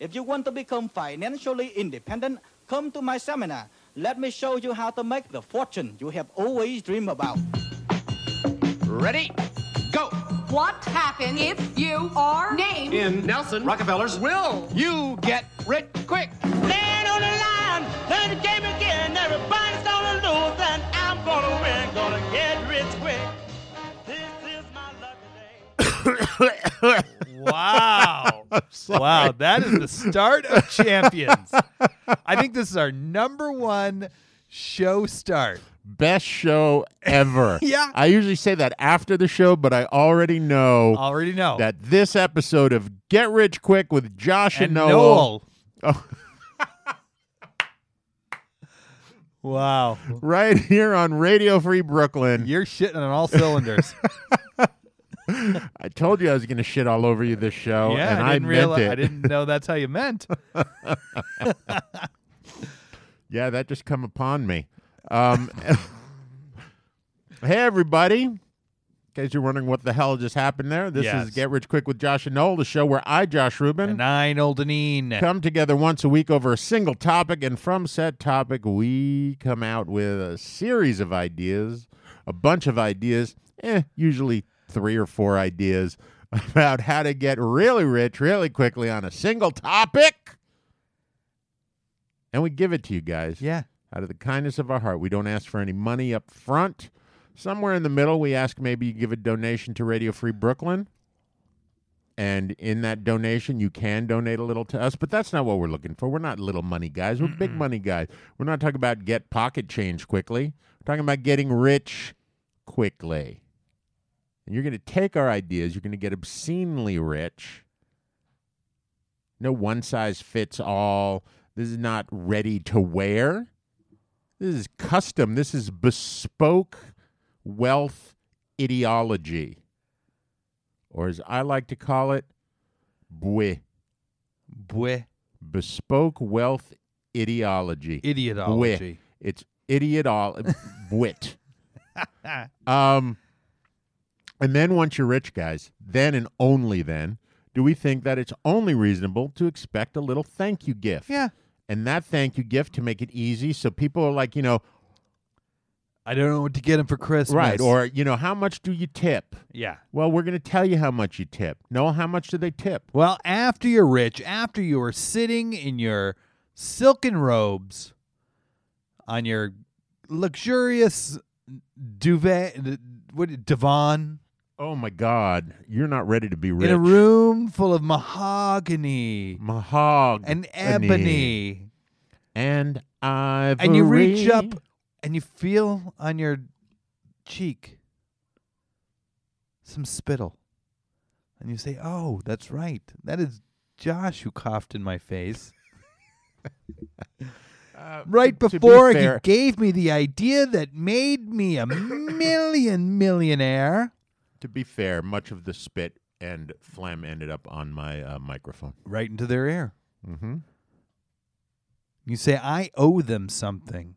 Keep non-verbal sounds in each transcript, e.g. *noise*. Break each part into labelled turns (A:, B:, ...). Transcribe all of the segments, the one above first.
A: If you want to become financially independent, come to my seminar. Let me show you how to make the fortune you have always dreamed about.
B: Ready? Go!
C: What happens if you are named
B: In Nelson Rockefeller's will you get rich quick?
D: Stand on the line, play the game again. Everybody's gonna lose, and I'm gonna win. Gonna get rich quick. This is my lucky day.
E: *laughs*
F: Wow. wow, that is the start of champions. I think this is our number one show start.
E: Best show ever.
F: *laughs* Yeah.
E: I usually say that after the show, but I already know
F: Already know.
E: that this episode of Get Rich Quick with Josh and,
F: and Noel. *laughs*
E: Oh.
F: wow.
E: right here on Radio Free Brooklyn.
F: You're shitting on
E: *laughs*
F: all cylinders.
E: I told you I was going to shit all over you this show,
F: yeah,
E: Oh, and
F: I
E: I,
F: didn't
E: meant
F: realize
E: it.
F: I didn't know that's how
E: *laughs*
F: you meant.
E: Yeah, that just come upon me. Um, *laughs* hey, everybody. In case you're wondering what the hell just happened there, this
F: Yes.
E: is Get Rich Quick with Josh and Noel, the show where I, Josh Rubin,
F: And I'm Oldenine.
E: come together once a week over a single topic, and from said topic, we come out with a series of ideas, a bunch of ideas, eh, usually three or four ideas *laughs* about how to get really rich really quickly on a single topic. And we give it to you guys
F: Yeah.
E: out of the kindness of our heart. We don't ask for any money up front. Somewhere in the middle, we ask maybe you give a donation to Radio Free Brooklyn. And in that donation, you can donate a little to us, but that's not what we're looking for. We're not little money guys. We're big money guys. We're not talking about get pocket change quickly. We're talking about getting rich quickly. And you're going to take our ideas. You're going to get obscenely rich. No one size fits all. This is not ready to wear. This is custom. This is bespoke wealth ideology. Or as I like to call it, bwe.
F: Bwe.
E: Bespoke wealth ideology.
F: Idiotology.
E: Bwe. It's idiotol wit. um and then once you're rich, guys, then and only then do we think that it's only reasonable to expect a little thank you gift.
F: Yeah.
E: And that thank you gift to make it easy so people are like, you know,
F: I don't know what to get him for Christmas.
E: Right. Or, you know, how much do you tip?
F: yeah.
E: Well, we're going to tell you how much you tip. Noel, how much do they tip?
F: Well, after you're rich, after you are sitting in your silken robes on your luxurious duvet, what divan
E: Oh my God, you're not ready to be rich.
F: in a room full of mahogany
E: Mahog
F: and ebony,
E: and ivory.
F: and you reach up and you feel on your cheek some spittle, and you say, "Oh, that's right. That is Josh who coughed in my face."
E: Uh,
F: right
E: to- to be
F: before he
E: fair,
F: gave me the idea that made me a million millionaire.
E: To be fair, much of the spit and phlegm ended up on my uh, microphone.
F: Right into their ear.
E: Mm-hmm.
F: You say, I owe them something.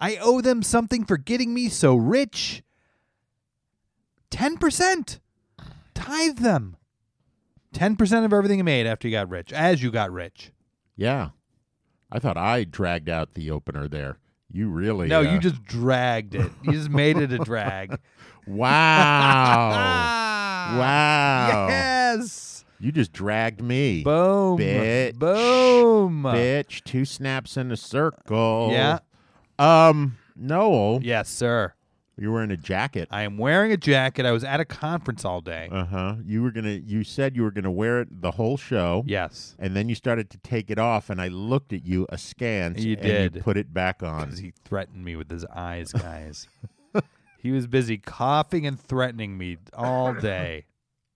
F: I owe them something for getting me so rich. 10%. Tithe them. 10% of everything you made after you got rich, as you got rich.
E: Yeah, I thought I dragged out the opener there. You really?
F: No,
E: uh,
F: you just dragged it. You just made it a drag. *laughs*
E: Wow!
F: Ah,
E: Oh. wow!
F: Yes.
E: You just dragged me.
F: Boom.
E: Bitch.
F: Boom.
E: bitch. Two snaps in a circle.
F: Yeah.
E: Um, Noel,
F: Yes, sir.
E: you were in a jacket.
F: I am wearing a jacket. I was at a conference all day.
E: Uh huh. You were gonna. You said you were gonna wear it the whole show.
F: yes.
E: And then you started to take it off, and I looked at you askance.
F: You
E: and
F: did.
E: put it back on.
F: Because he threatened me with his eyes, guys. he was busy coughing and threatening me all day.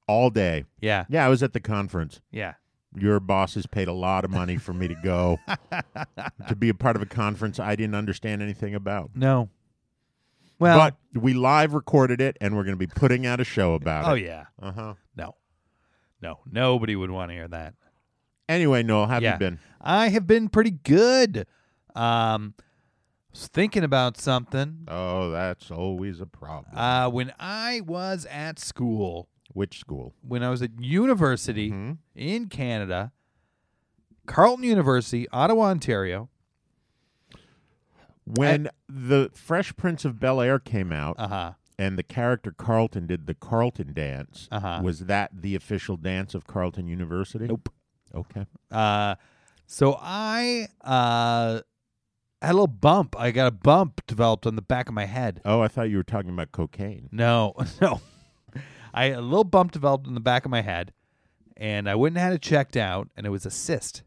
E: all day.
F: Yeah.
E: Yeah, I was at the conference.
F: Yeah.
E: Your bosses paid a lot of money for me to
F: *laughs*
E: go to be a part of a conference I didn't understand anything about.
F: No. Well,
E: but we live recorded it, and we're going to be putting out a show about
F: oh,
E: it.
F: yeah.
E: yeah. Uh huh.
F: No. No. Nobody would want to hear that.
E: Anyway, Noel, how have
F: yeah.
E: you been?
F: I have been pretty good. Um, was thinking about something.
E: Oh, that's always a problem.
F: Uh, when I was at school,
E: Which school?
F: when I was at university
E: Mhm.
F: in Canada, Carleton University, Ottawa, Ontario.
E: When the Fresh Prince of Bel Air came out
F: Uh huh.
E: and the character Carlton did the Carlton dance,
F: Uh-huh.
E: was that the official dance of Carlton University?
F: Nope.
E: Okay.
F: Uh, so I uh, had a little bump. I got a bump developed on the back of my head.
E: Oh, I thought you were talking about cocaine.
F: No, *laughs* no. I a little bump developed in the back of my head, and I went and had it checked out, and it was a cyst.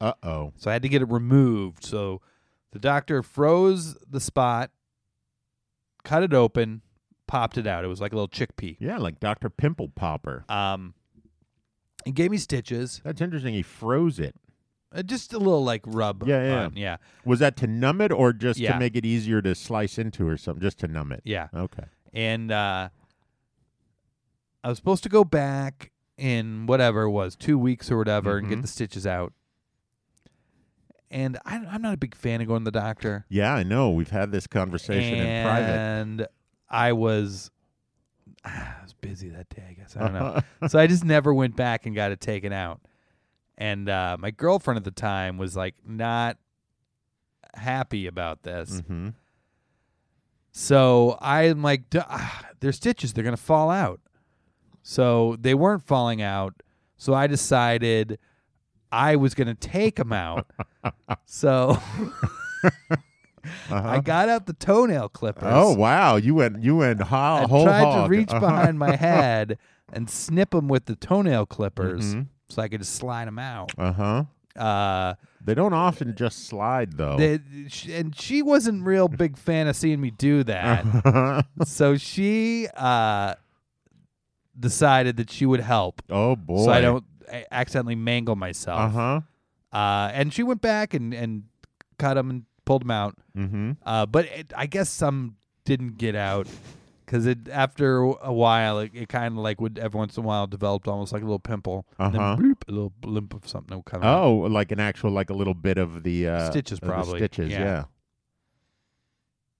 E: Uh oh.
F: So I had to get it removed. So the doctor froze the spot, cut it open, popped it out. It was like a little chickpea.
E: Yeah, like Dr. Pimple Popper.
F: Um, he gave me stitches,
E: That's interesting. He froze it.
F: uh, just a little like rub.
E: Yeah, yeah.
F: on- yeah,
E: Was that to numb it or just
F: Yeah.
E: to make it easier to slice into or something? Just to numb it.
F: yeah.
E: Okay.
F: And uh, I was supposed to go back in whatever it was two weeks or whatever and get the stitches out. And I, I'm not a big fan of going to the doctor.
E: Yeah, I know. We've had this conversation in private.
F: and I was *sighs* I was busy that day, I guess. I don't know. so I just never went back and got it taken out. And uh, my girlfriend at the time was like not happy about this.
E: hmm
F: So I'm like, *sighs* "Duh, ah, they're stitches. They're going to fall out. So they weren't falling out. So I decided I was going to take
E: *laughs*
F: them out. so I got out the toenail clippers.
E: Uh-huh. Oh wow, you went you went ho-
F: I
E: whole
F: tried to
E: hog.
F: reach
E: Uh-huh. *laughs*
F: behind my head and snip them with the toenail clippers
E: Mm-hmm.
F: so I could just slide them out.
E: Uh huh.
F: Uh,
E: They don't often just slide though.
F: they- sh- and she wasn't real big fan of seeing me do that.
E: *laughs*
F: so she uh, decided that she would help
E: oh boy.
F: so I don't a- accidentally mangle myself.
E: Uh huh.
F: Uh, and she went back and, and cut them and pulled them out.
E: Mm-hmm.
F: Uh, but it, I guess some didn't get out because it after a while it, it kind of like would every once in a while developed almost like a little pimple, and then
E: Uh-huh.
F: bloop, a little limp of something would come out.
E: Oh, like an actual like a little bit of the uh,
F: Uh-huh. Stitches,
E: of the
F: probably.
E: stitches.
F: Yeah.
E: Yeah.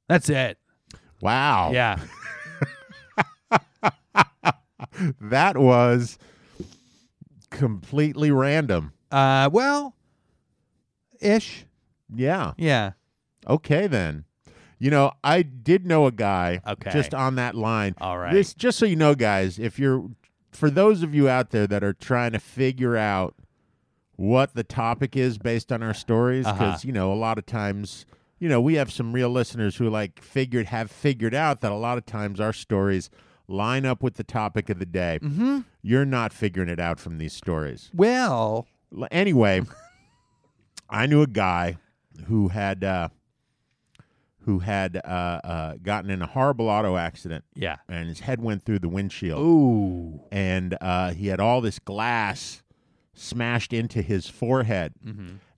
F: That's it.
E: Wow.
F: Yeah,
E: That was completely random.
F: uh, well, ish.
E: Yeah.
F: Yeah,
E: Okay then. You know, I did know a guy
F: Okay.
E: just on that line.
F: All right.
E: This just so you know, guys, if you're for those of you out there that are trying to figure out what the topic is based on our stories, because
F: Uh-huh.
E: you know, a lot of times, you know, we have some real listeners who like figured have figured out that a lot of times our stories line up with the topic of the day. Mm-hmm. You're not figuring it out from these stories.
F: well,
E: L- anyway, *laughs* I knew a guy who had uh, who had uh, uh, gotten in a horrible auto accident,
F: yeah.
E: and his head went through the windshield,
F: Ooh,
E: and uh, he had all this glass smashed into his forehead,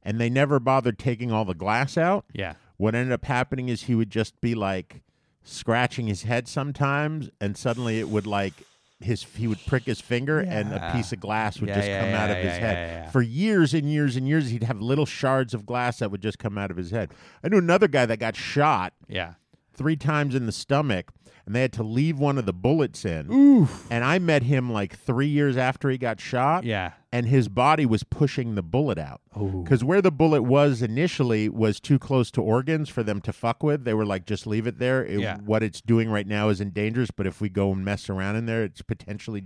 E: and they never bothered taking all the glass out.
F: yeah.
E: What ended up happening is he would just be like scratching his head sometimes, and suddenly it would like his he would prick his finger, and a
F: Yeah.
E: piece of glass would
F: Yeah,
E: just
F: yeah,
E: come
F: yeah,
E: out of
F: yeah,
E: his
F: yeah,
E: head.
F: yeah, yeah.
E: For years and years and years, he'd have little shards of glass that would just come out of his head. I knew another guy that got shot
F: Yeah.
E: three times in the stomach, and they had to leave one of the bullets in. And I met him like three years after he got shot
F: Yeah.
E: and his body was pushing the bullet out because where the bullet was initially was too close to organs for them to fuck with they were like just leave it there It-
F: Yeah.
E: what it's doing right now isn't dangerous but if we go and mess around in there it's potentially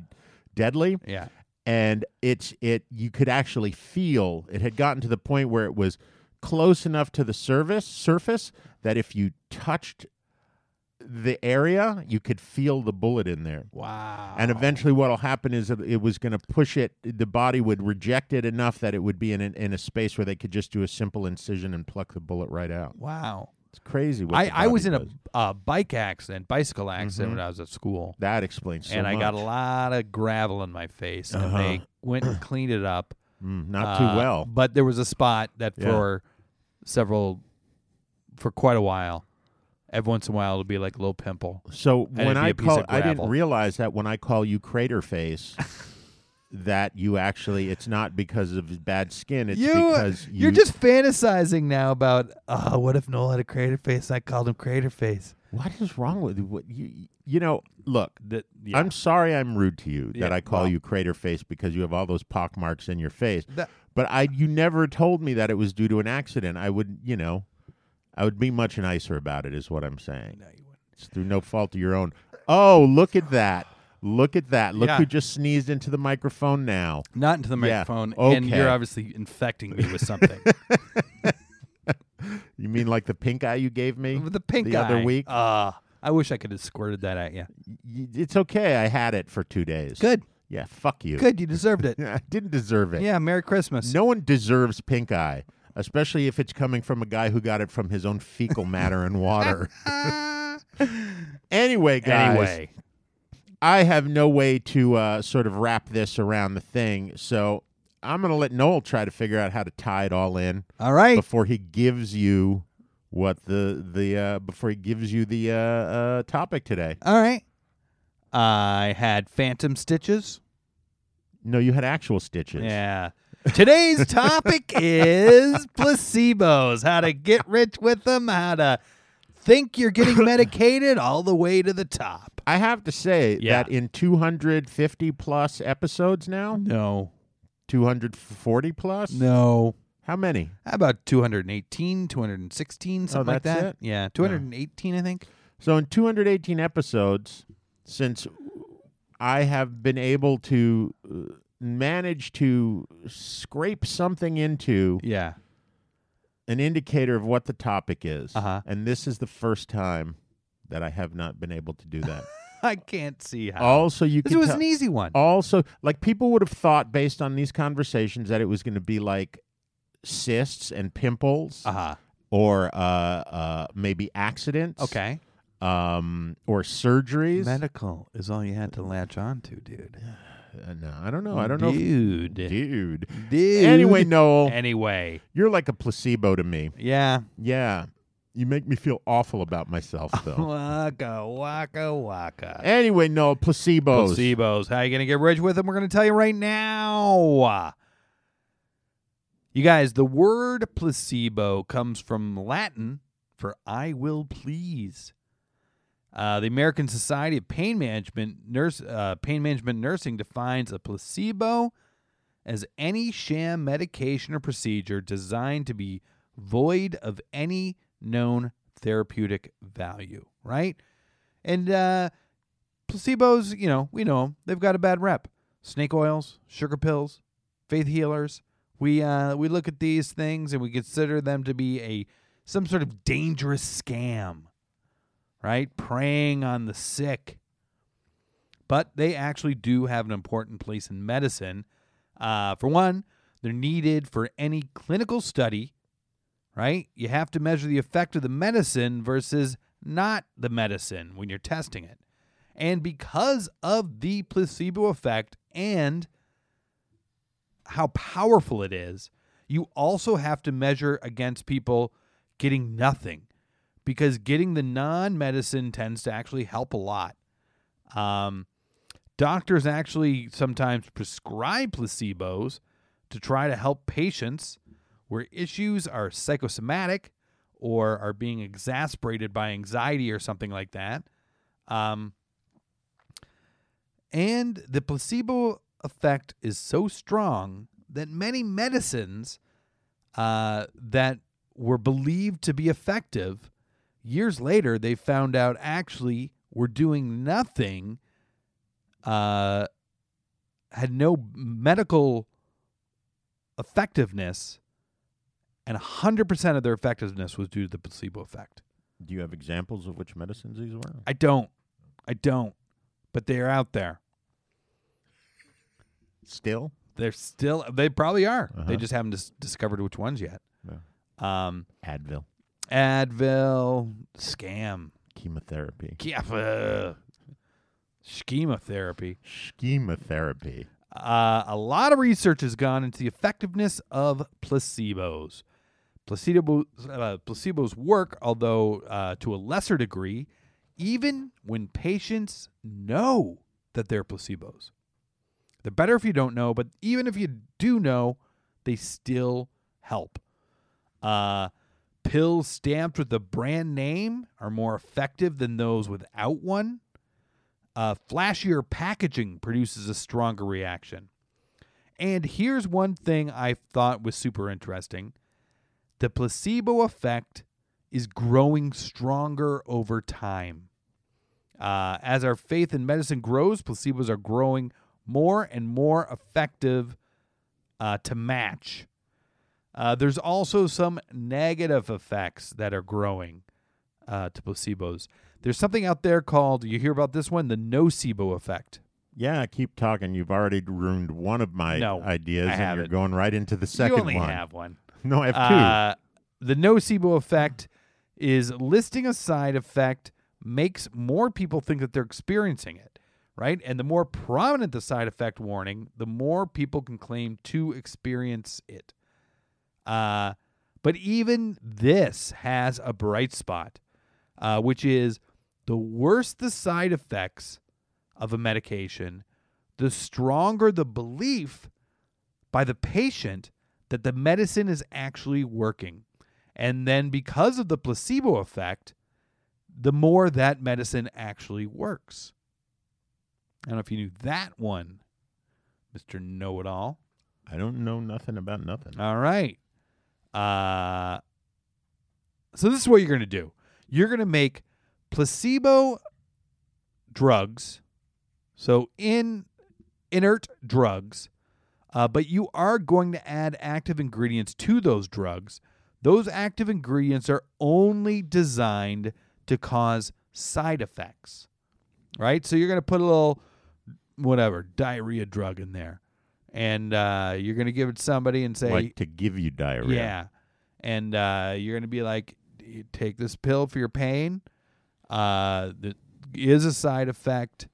E: deadly
F: Yeah.
E: and it's it you could actually feel it had gotten to the point where it was close enough to the service surface that if you touched the area you could feel the bullet in there
F: Wow.
E: and eventually, what'll happen is that it was going to push it. The body would reject it enough that it would be in an, in a space where they could just do a simple incision and pluck the bullet right out.
F: wow.
E: It's crazy. What
F: I,
E: the
F: I was in
E: body
F: a
E: does.
F: uh, bike accident, bicycle accident when I was at school,
E: that explains. So
F: and I got a
E: much.
F: lot of gravel in my face, and they
E: *clears throat*
F: went and cleaned it up.
E: Mm, not
F: uh,
E: too well.
F: but there was a spot that
E: Yeah.
F: for several, for quite a while, every once in a while it'll be like a little pimple.
E: So
F: it'd
E: when
F: be
E: I
F: a piece
E: call,
F: of
E: I didn't
F: gravel.
E: realize that when I call you crater
F: *laughs*
E: face, that you actually it's not because of bad skin. It's because you
F: uh, are just fantasizing now about oh, what if Noel had a crater face? and I called him crater face.
E: What is wrong with what you? You know, look.
F: That yeah.
E: I'm sorry I'm rude to you that
F: Yeah,
E: I call
F: well-
E: you crater face because you have all those pock marks in your face.
F: That-
E: but I, you never told me that it was due to an accident. I would, you know, I would be much nicer about it. Is what I'm saying. It's through no fault of your own. Oh, look at that! Look at that! Look
F: Yeah.
E: who just sneezed into the microphone now.
F: not into the
E: Yeah,
F: microphone, and
E: okay.
F: you're obviously infecting me with something.
E: You mean like the pink eye you gave me
F: *laughs* with the pink
E: the other
F: eye.
E: week?
F: Uh, I wish I could have squirted that at you.
E: Y- it's okay. I had it for two days.
F: Good.
E: Yeah. Fuck you.
F: Good, you deserved
E: *laughs*
F: it.
E: I didn't deserve it.
F: yeah, Merry Christmas.
E: No one deserves pink eye, especially if it's coming from a guy who got it from his own fecal matter and
F: *laughs*
E: water. anyway, guys,
F: Ah. Anyway,
E: I have no way to uh, sort of wrap this around the thing, so I'm going to let Noel try to figure out how to tie it all in
F: all right.
E: before he gives you what the the uh, before he gives you the uh, uh, topic today.
F: All right. I had phantom stitches.
E: No, you had actual stitches.
F: Yeah. Today's topic
E: *laughs*
F: is placebos how to get rich with them, how to think
E: *laughs*
F: you're getting medicated all the way to the top.
E: I have to say
F: Yeah.
E: that in 250 plus episodes now,
F: No,
E: 240 plus?
F: no.
E: How many?
F: How about 218, 216, something
E: Oh,
F: like
E: that's
F: that?
E: it?
F: Yeah, 218, I think.
E: So in 218 episodes, since I have been able to uh, manage to scrape something into
F: Yeah.
E: an indicator of what the topic is,
F: Uh-huh.
E: and this is the first time that I have not been able to do
F: *laughs*
E: that.
F: *laughs* I can't see how.
E: also, you
F: this
E: can
F: was
E: tell-
F: an easy one.
E: also like people would have thought based on these conversations that it was going to be like cysts and pimples
F: Uh-huh.
E: or uh, uh, maybe accidents.
F: Okay.
E: um, or surgeries.
F: Medical is all you had to latch on to, dude.
E: Uh, no, I don't know. I don't know.
F: Dude.
E: If, dude.
F: Dude.
E: Anyway, Noel,
F: Anyway.
E: you're like a placebo to me.
F: Yeah.
E: Yeah. You make me feel awful about *laughs* myself, though.
F: Waka waka waka.
E: anyway, Noel, placebos.
F: Placebos. How you gonna get rich with them? We're gonna tell you right now. You guys, the word placebo comes from Latin for "I will please." Uh, the American Society of Pain Management Nurse uh, Pain Management Nursing defines a placebo as any sham medication or procedure designed to be void of any known therapeutic value, right? And uh, placebos, you know, we know them. They've got a bad rep. Snake oils, sugar pills, faith healers. We uh, we look at these things and we consider them to be a some sort of dangerous scam, right? Preying on the sick. But they actually do have an important place in medicine. Uh, for one, they're needed for any clinical study right? You have to measure the effect of the medicine versus not the medicine when you're testing it. And because of the placebo effect and how powerful it is, you also have to measure against people getting nothing because getting the non medicine tends to actually help a lot. Um, doctors actually sometimes prescribe placebos to try to help patients where issues are psychosomatic or are being exasperated by anxiety or something like that. Um, and the placebo effect is so strong that many medicines uh, that were believed to be effective years later, they found out actually were doing nothing, uh, had no medical effectiveness, and 100% of their effectiveness was due to the placebo effect.
E: Do you have examples of which medicines these were?
F: I don't. I don't. But they are out there.
E: Still?
F: They're still, they probably are.
E: Uh-huh.
F: They just haven't dis- discovered which ones yet.
E: Yeah.
F: Um,
E: Advil,
F: Advil, scam,
E: chemotherapy,
F: Kappa, schema therapy.
E: chemotherapy.
F: Uh, a lot of research has gone into the effectiveness of placebos. Placebo, uh, placebos work, although uh, to a lesser degree, even when patients know that they're placebos. They're better if you don't know, but even if you do know, they still help. Uh, pills stamped with the brand name are more effective than those without one. Uh, flashier packaging produces a stronger reaction. And here's one thing I thought was super interesting the placebo effect is growing stronger over time. Uh, as our faith in medicine grows, placebos are growing more and more effective uh, to match. Uh, there's also some negative effects that are growing uh, to placebos. There's something out there called, you hear about this one, the nocebo effect.
E: Yeah, keep talking. You've already ruined one of my
F: No,
E: ideas,
F: I
E: and you're
F: haven't.
E: going right into the second
F: you only
E: one.
F: have one.
E: *laughs* No, I have two.
F: Uh, the nocebo effect is listing a side effect makes more people think that they're experiencing it, right? And the more prominent the side effect warning, the more people can claim to experience it. Uh, but even this has a bright spot, uh, which is the worse the side effects of a medication, the stronger the belief by the patient that the medicine is actually working. And then because of the placebo effect, the more that medicine actually works. I don't know if you knew that one, Mr. Know It All.
E: I don't know nothing about nothing.
F: All right. Uh, so this is what you're going to do. You're going to make placebo drugs, so in inert drugs, uh, but you are going to add active ingredients to those drugs. Those active ingredients are only designed to cause side effects, right? So you're going to put a little whatever diarrhea drug in there, and uh, you're going to give it to somebody and say,
E: like to give you diarrhea.
F: yeah. And uh, you're going to be like, "You take this pill for your pain. Uh, there is a side effect.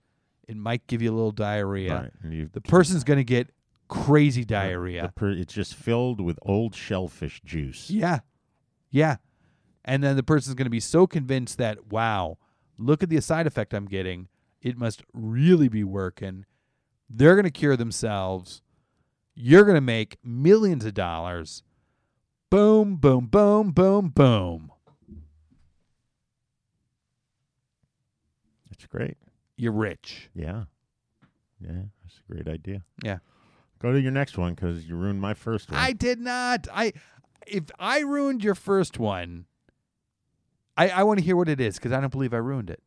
F: It might give you a little diarrhea.
E: Right, and you
F: The
E: keep-
F: person's going to get crazy
E: The
F: diarrhea.
E: per- it's just filled with old shellfish juice.
F: Yeah. Yeah. And then the person's going to be so convinced that, wow, look at the side effect I'm getting. It must really be working. They're going to cure themselves. You're going to make millions of dollars. Boom, boom, boom, boom, boom.
E: That's great.
F: You're rich.
E: Yeah. Yeah, that's a great idea.
F: Yeah.
E: Go to your next one because you ruined my first one.
F: I did not. I if I ruined your first one, I I want to hear what it is because I don't believe I ruined it.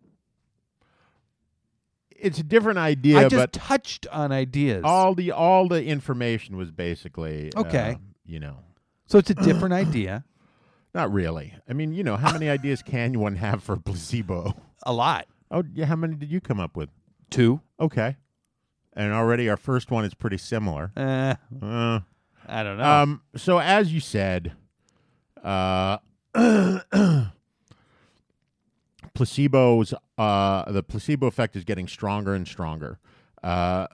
E: it's a different idea,
F: I just
E: but
F: touched on ideas.
E: all the all the information was basically uh,
F: Okay.
E: you know,
F: so it's a different idea.
E: not really. I mean, you know, how many ideas can one have for a placebo?
F: A lot.
E: *laughs* Oh, yeah. How many did you come up with?
F: Two.
E: Okay. And already our first one is pretty similar.
F: Uh,
E: Uh,
F: I don't know.
E: um, so as you said, uh, *clears throat* placebos, uh, the placebo effect is getting stronger and stronger. Uh,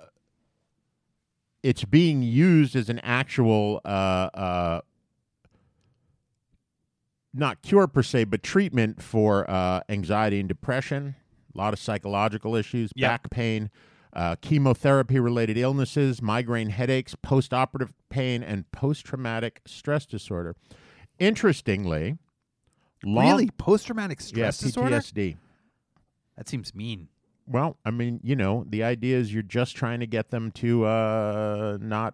E: it's being used as an actual, uh, uh, not cure per se, but treatment for uh, anxiety and depression, a lot of psychological issues,
F: Yep.
E: back pain, uh, chemotherapy related illnesses, migraine headaches, post operative pain, and post traumatic stress disorder. Interestingly, long-
F: really, post traumatic stress
E: yeah,
F: disorder.
E: PTSD.
F: That seems mean.
E: Well, I mean, you know, the idea is you're just trying to get them to uh, not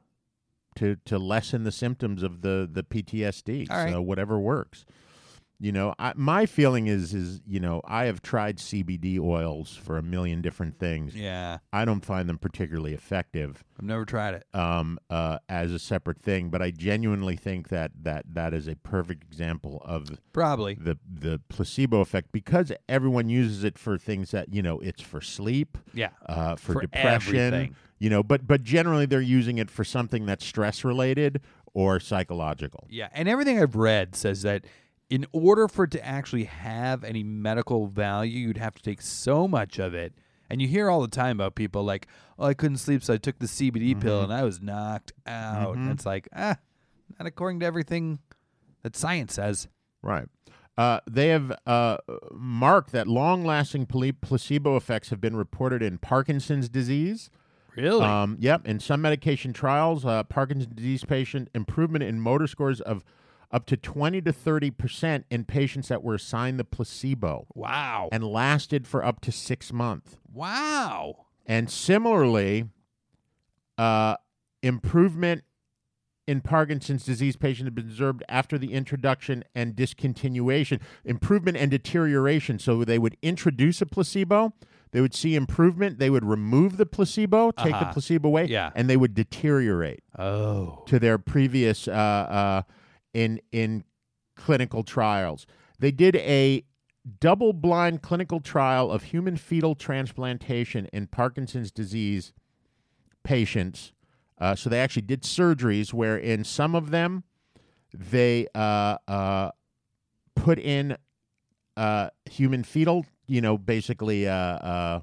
E: to to lessen the symptoms of the the PTSD.
F: All right.
E: So whatever works. You know, I, my feeling is is you know I have tried CBD oils for a million different things.
F: Yeah,
E: I don't find them particularly effective
F: I've never tried it.
E: um, uh, as a separate thing, but I genuinely think that that that is a perfect example of
F: Probably.
E: the the placebo effect because everyone uses it for things that you know it's for sleep
F: Yeah.
E: uh, for,
F: For
E: depression
F: everything.
E: you know but but generally they're using it for something that's stress related or psychological
F: Yeah, and everything I've read says that in order for it to actually have any medical value, you'd have to take so much of it. And you hear all the time about people like, "Oh, I couldn't sleep, so I took the CBD
E: Mm-hmm.
F: pill and I was knocked out." And it's like, ah, not according to everything that science says.
E: right uh, they have uh, marked that long-lasting pla- placebo effects have been reported in Parkinson's disease,
F: Really?
E: Um, yep, in some medication trials, uh, Parkinson's disease patient improvement in motor scores of up to 20 to 30% in patients that were assigned the placebo
F: Wow.
E: and lasted for up to six months.
F: Wow.
E: And similarly, uh, improvement in Parkinson's disease patients have been observed after the introduction and discontinuation, improvement and deterioration. So they would introduce a placebo, they would see improvement, they would remove the placebo, take the
F: Uh-huh.
E: placebo away,
F: Yeah.
E: and they would deteriorate
F: Oh.
E: to their previous uh, uh, in in clinical trials. They did a double-blind clinical trial of human fetal transplantation in Parkinson's disease patients. Uh, so they actually did surgeries where, in some of them, they uh, uh, put in uh, human fetal, you know, basically uh, uh,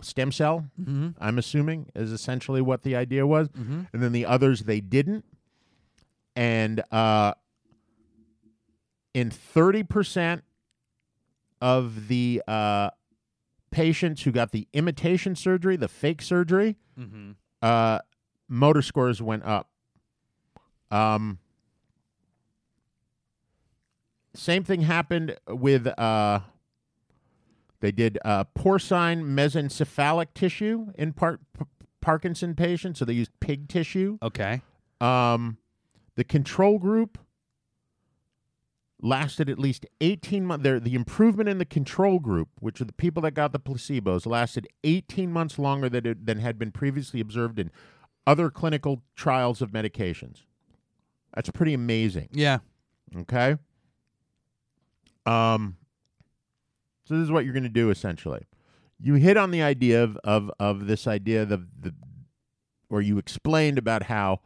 E: stem cell.
F: Mm-hmm.
E: I'm assuming is essentially what the idea was, and then the others they didn't. And uh, in thirty percent of the uh, patients who got the imitation surgery, the fake surgery,
F: Mm-hmm.
E: uh, motor scores went up. Um, same thing happened with uh, they did uh, porcine mesencephalic tissue in part p- Parkinson patients, so they used pig tissue.
F: Okay.
E: Um, the control group lasted at least 18 months. The improvement in the control group, which are the people that got the placebos, lasted 18 months longer than, it, than had been previously observed in other clinical trials of medications. That's pretty amazing.
F: Yeah.
E: Okay. Um. So this is what you're going to do essentially. You hit on the idea of of, of this idea of the, the, or you explained about how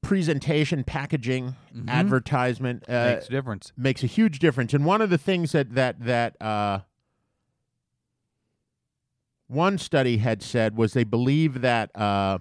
E: presentation, packaging, advertisement uh,
F: Makes a difference.
E: makes a huge difference. And one of the things that that that uh, one study had said was they believe that uh,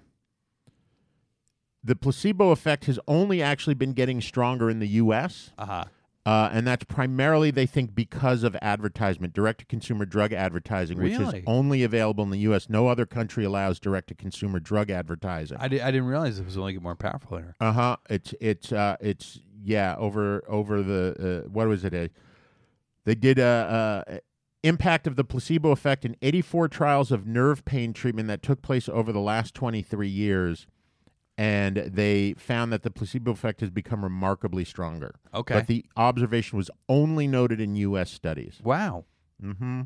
E: the placebo effect has only actually been getting stronger in the U.S.
F: Uh-huh.
E: Uh, and that's primarily, they think, because of advertisement, direct to consumer drug advertising, which
F: Really?
E: is only available in the U.S. No other country allows direct to consumer drug advertising.
F: I, di- I didn't realize it was only get more powerful here.
E: Uh huh. It's it's uh it's yeah over over the uh, what was it? Uh, they did a, uh impact of the placebo effect in 84 trials of nerve pain treatment that took place over the last 23 years, and they found that the placebo effect has become remarkably stronger.
F: Okay.
E: But the observation was only noted in U.S. studies.
F: Wow.
E: Mm-hmm.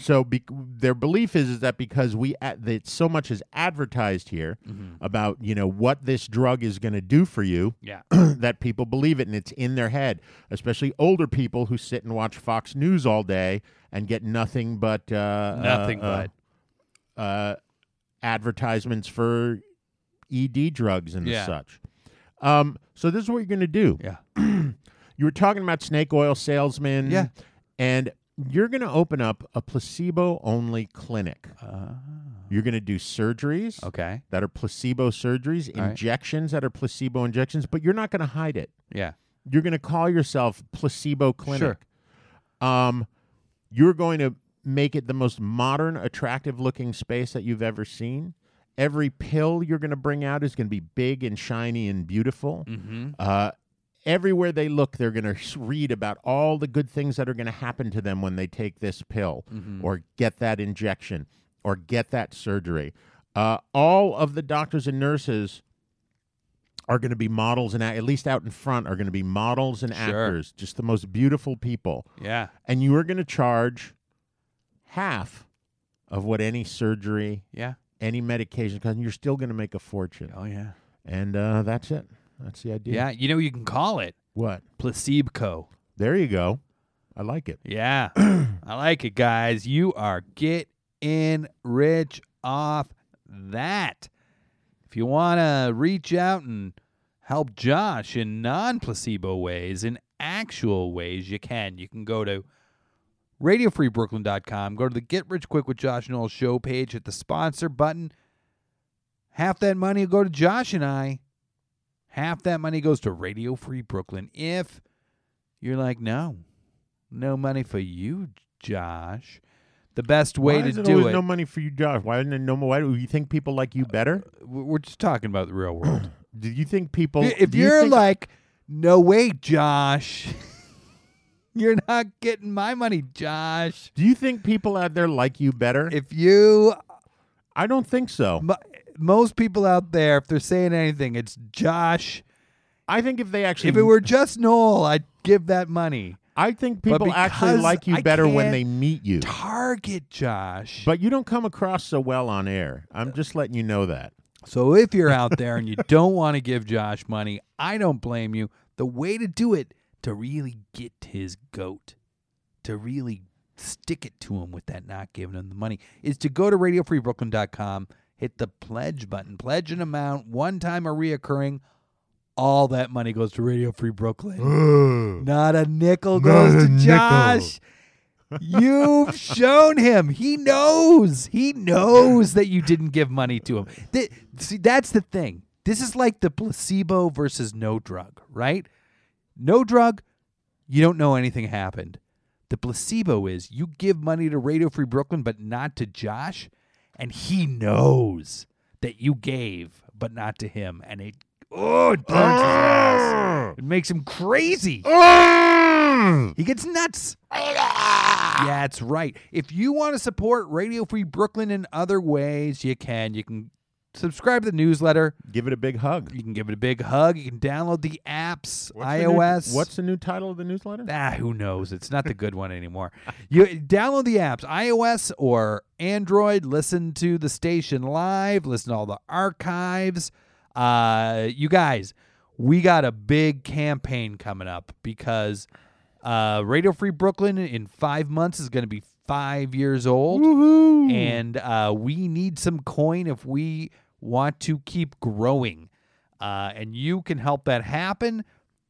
E: So bec their belief is is that because we a- that so much is advertised here
F: Mm-hmm.
E: about you know what this drug is going to do for you, *clears throat*
F: Yeah.
E: that people believe it and it's in their head, especially older people who sit and watch Fox News all day and get nothing but uh,
F: Nothing
E: uh, but uh, advertisements for ED drugs and
F: Yeah.
E: such. Um, so this is what you're going to do
F: Yeah.
E: you were talking about snake oil salesman.
F: Yeah.
E: And you're going to open up a placebo only clinic. You're going to do surgeries
F: Ah. Okay.
E: that are placebo surgeries,
F: right.
E: injections that are placebo injections, but you're not going to hide it.
F: Yeah.
E: You're going to call yourself Placebo Clinic.
F: Sure.
E: Um, you're going to make it the most modern, attractive looking space that you've ever seen. Every pill you're going to bring out is going to be big and shiny and beautiful.
F: Mm-hmm.
E: Uh, everywhere they look, they're going to read about all the good things that are going to happen to them when they take this pill or get that injection or get that surgery. Uh, all of the doctors and nurses are going to be models and act- at least out in front are going to be models and actors, just the most beautiful people.
F: Yeah.
E: And you are going to charge half of what any surgery,
F: Yeah.
E: any medication costs. and You're still going to make a fortune.
F: Oh yeah.
E: And uh, that's it. That's the idea.
F: Yeah. You know you can call it
E: What?
F: placebo.
E: There you go. I like it.
F: *clears throat* Yeah. I like it, guys. You are getting rich off that. If you want to reach out and help Josh in non placebo ways, in actual ways, you can. You can go to radiofreebrooklyn.com, go to the Get Rich Quick with Josh Noel show page, hit the sponsor button. Half that money will go to Josh and I. Half that money goes to Radio Free Brooklyn. If you're like, no, no money for you, Josh. The best way
E: why
F: to
E: is it
F: do
E: always
F: it.
E: no money for you, Josh? Why isn't it no more? Why do you think people like you better?
F: we're just talking about the real world.
E: Do you think people?
F: if
E: do you
F: you're
E: think-
F: like, No way, Josh. *laughs* You're not getting my money, Josh.
E: Do you think people out there like you better?
F: If you,
E: I don't think so.
F: mo- most people out there, if they're saying anything, it's Josh.
E: I think if they actually,
F: If it were just Noel, I'd give that money.
E: I think people actually
F: because
E: like you
F: I
E: better when
F: can't
E: they meet you.
F: Target Josh.
E: But you don't come across so well on air. I'm just letting you know that.
F: So if you're out there *laughs* and you don't want to give Josh money, I don't blame you. The way to do it to really get his goat, to really stick it to him with that not giving him the money, is to go to radiofreebrooklyn.com, hit the pledge button, pledge an amount, one time or reoccurring. All that money goes to Radio Free Brooklyn. not a nickel goes to Josh. You've shown him. He knows. He knows that you didn't give money to him. Th- see, that's the thing. This is like the placebo versus no drug, right? No drug, you don't know anything happened. The placebo is you give money to Radio Free Brooklyn, but not to Josh, and he knows that you gave, but not to him, and it oh it burns his ass. It makes him crazy. He gets nuts. Yeah, that's right. If you want to support Radio Free Brooklyn in other ways, you can. You can subscribe to the newsletter.
E: Give it a big hug.
F: You can give it a big hug. You can download the apps,
E: What's the new-
F: iOS.
E: what's the new title of the newsletter?
F: Ah, who knows? It's not the good one anymore. *laughs* You download the apps, iOS or Android. Listen to the station live. Listen to all the archives. Uh, you guys, we got a big campaign coming up because uh, Radio Free Brooklyn in five months is going to be five years old, and uh, we need some coin if we want to keep growing. Uh, and you can help that happen.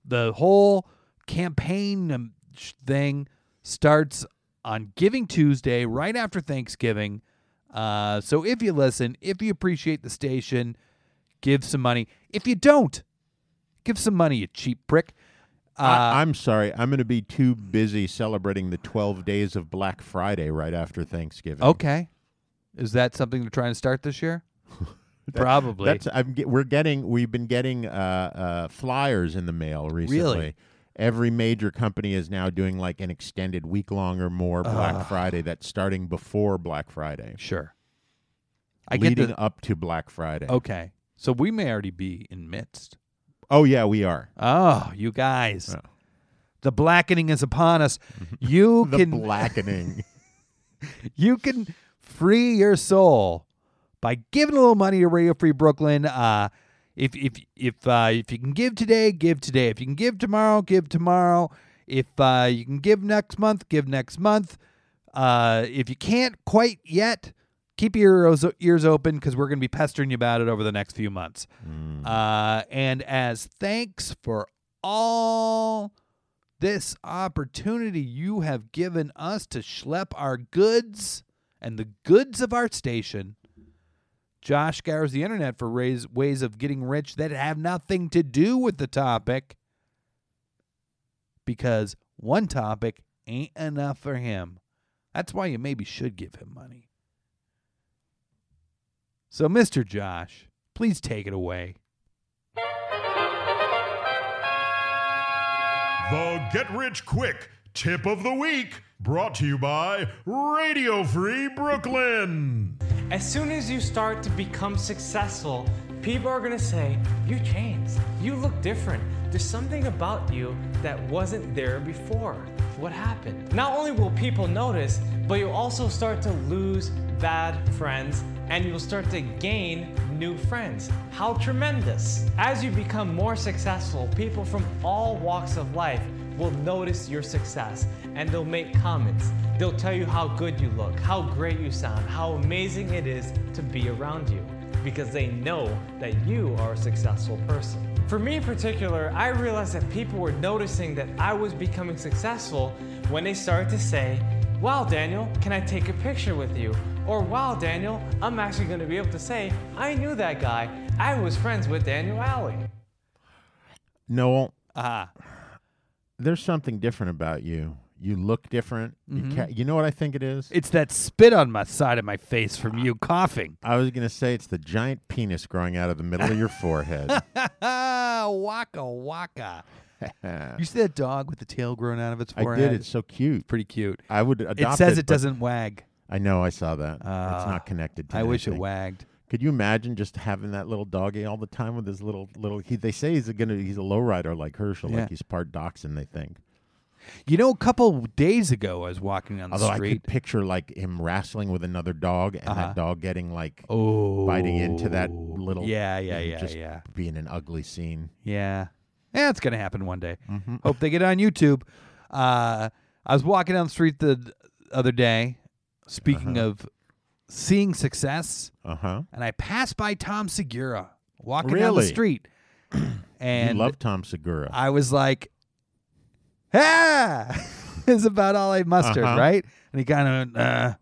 F: The whole campaign um, sh- thing starts on Giving Tuesday, right after Thanksgiving. Uh, so if you listen, if you appreciate the station, give some money. If you don't, give some money, you cheap prick. Uh,
E: I, I'm sorry. I'm going to be too busy celebrating the 12 days of Black Friday right after Thanksgiving.
F: Okay. Is that something they're trying to start this year? Probably.
E: That's I'm get, we're getting we've been getting uh, uh, flyers in the mail recently. Every major company is now doing like an extended week long or more Black Friday that's starting before Black Friday,
F: sure. I get
E: leading
F: the
E: up to Black Friday.
G: Oh.
F: Okay. So we may already be in midst.
E: Oh yeah, we are.
F: Oh, you guys.
E: Yeah.
F: The blackening is
E: *laughs*
F: upon us. You
E: The
G: *laughs*
F: can
E: blackening.
F: you can free your soul by giving a little money to Radio Free Brooklyn. Uh, if if if uh, if you can give today, give today. If you can give tomorrow, give tomorrow. If uh, you can give next month, give next month. Uh, if you can't quite yet, keep your ears, ears open because we're going to be pestering you about it over the next few months. Uh, and as thanks for all this opportunity you have given us to schlep our goods and the goods of our station. Josh scours the internet for ways, ways of getting rich that have nothing to do with the topic because one topic ain't enough for him. That's why you maybe should give him money. So, Mr. Josh, please take it away.
G: The Oh, Get Rich Quick Tip of the Week, brought to you by Radio Free Brooklyn.
H: As soon as you start to become successful, people are gonna say, You changed. You look different. There's something about you that wasn't there before. What happened? Not only will people notice, but you'll also start to lose bad friends and you'll start to gain new friends. How tremendous! As you become more successful, people from all walks of life will notice your success and they'll make comments. They'll tell you how good you look, how great you sound, how amazing it is to be around you because they know that you are a successful person. For me in particular, I realized that people were noticing that I was becoming successful when they started to say, Wow, Daniel, can I take a picture with you? Or, Wow, Daniel, I'm actually gonna be able to say, I knew that guy. I was friends with Daniel Alley.
E: Noel,
G: Uh-huh.
F: Ah.
E: there's something different about you. You look different.
G: Mm-hmm.
E: You, ca- you know what I think it is?
F: It's that spit on my side of my face from you coughing.
E: I was going to say it's the
F: *laughs*
E: giant penis growing out of the middle of your forehead.
F: Ah,
E: *laughs*
F: waka waka. You see that dog with the tail grown out of its
E: I
F: forehead?
E: did. It's so cute.
F: pretty cute.
E: I would adopt it.
F: it says it,
E: but
F: doesn't wag.
E: I know. I saw that. it's
F: Ah,
E: not connected. to
F: I wish it
E: anything.
F: wagged.
E: Could you imagine just having that little doggy all the time with his little little? He, they say he's a gonna he's a lowrider like Herschel,
F: Yeah.
E: like he's part dachshund. They think.
F: You know, a couple days ago, I was walking down the
E: Although I
F: street.
E: could picture like him wrestling with another dog and that dog getting like
F: Uh-huh. oh,
E: biting into that little
F: Yeah, yeah,
E: and
F: yeah,
E: just
F: yeah,
E: being an ugly scene.
F: yeah. Yeah, it's gonna happen one day.
E: Mm-hmm.
F: Hope they get it on YouTube. Uh, I was walking down the street the other day. Speaking
E: Uh-huh.
F: of seeing success,
E: Uh huh.
F: and I passed by Tom Segura walking down the
E: Really? *clears throat*
F: street, *clears throat*
E: You
F: and
E: love Tom Segura.
F: I was like, ah, *laughs* is about all I mustered,
E: Uh-huh.
F: right? And he kind of, uh,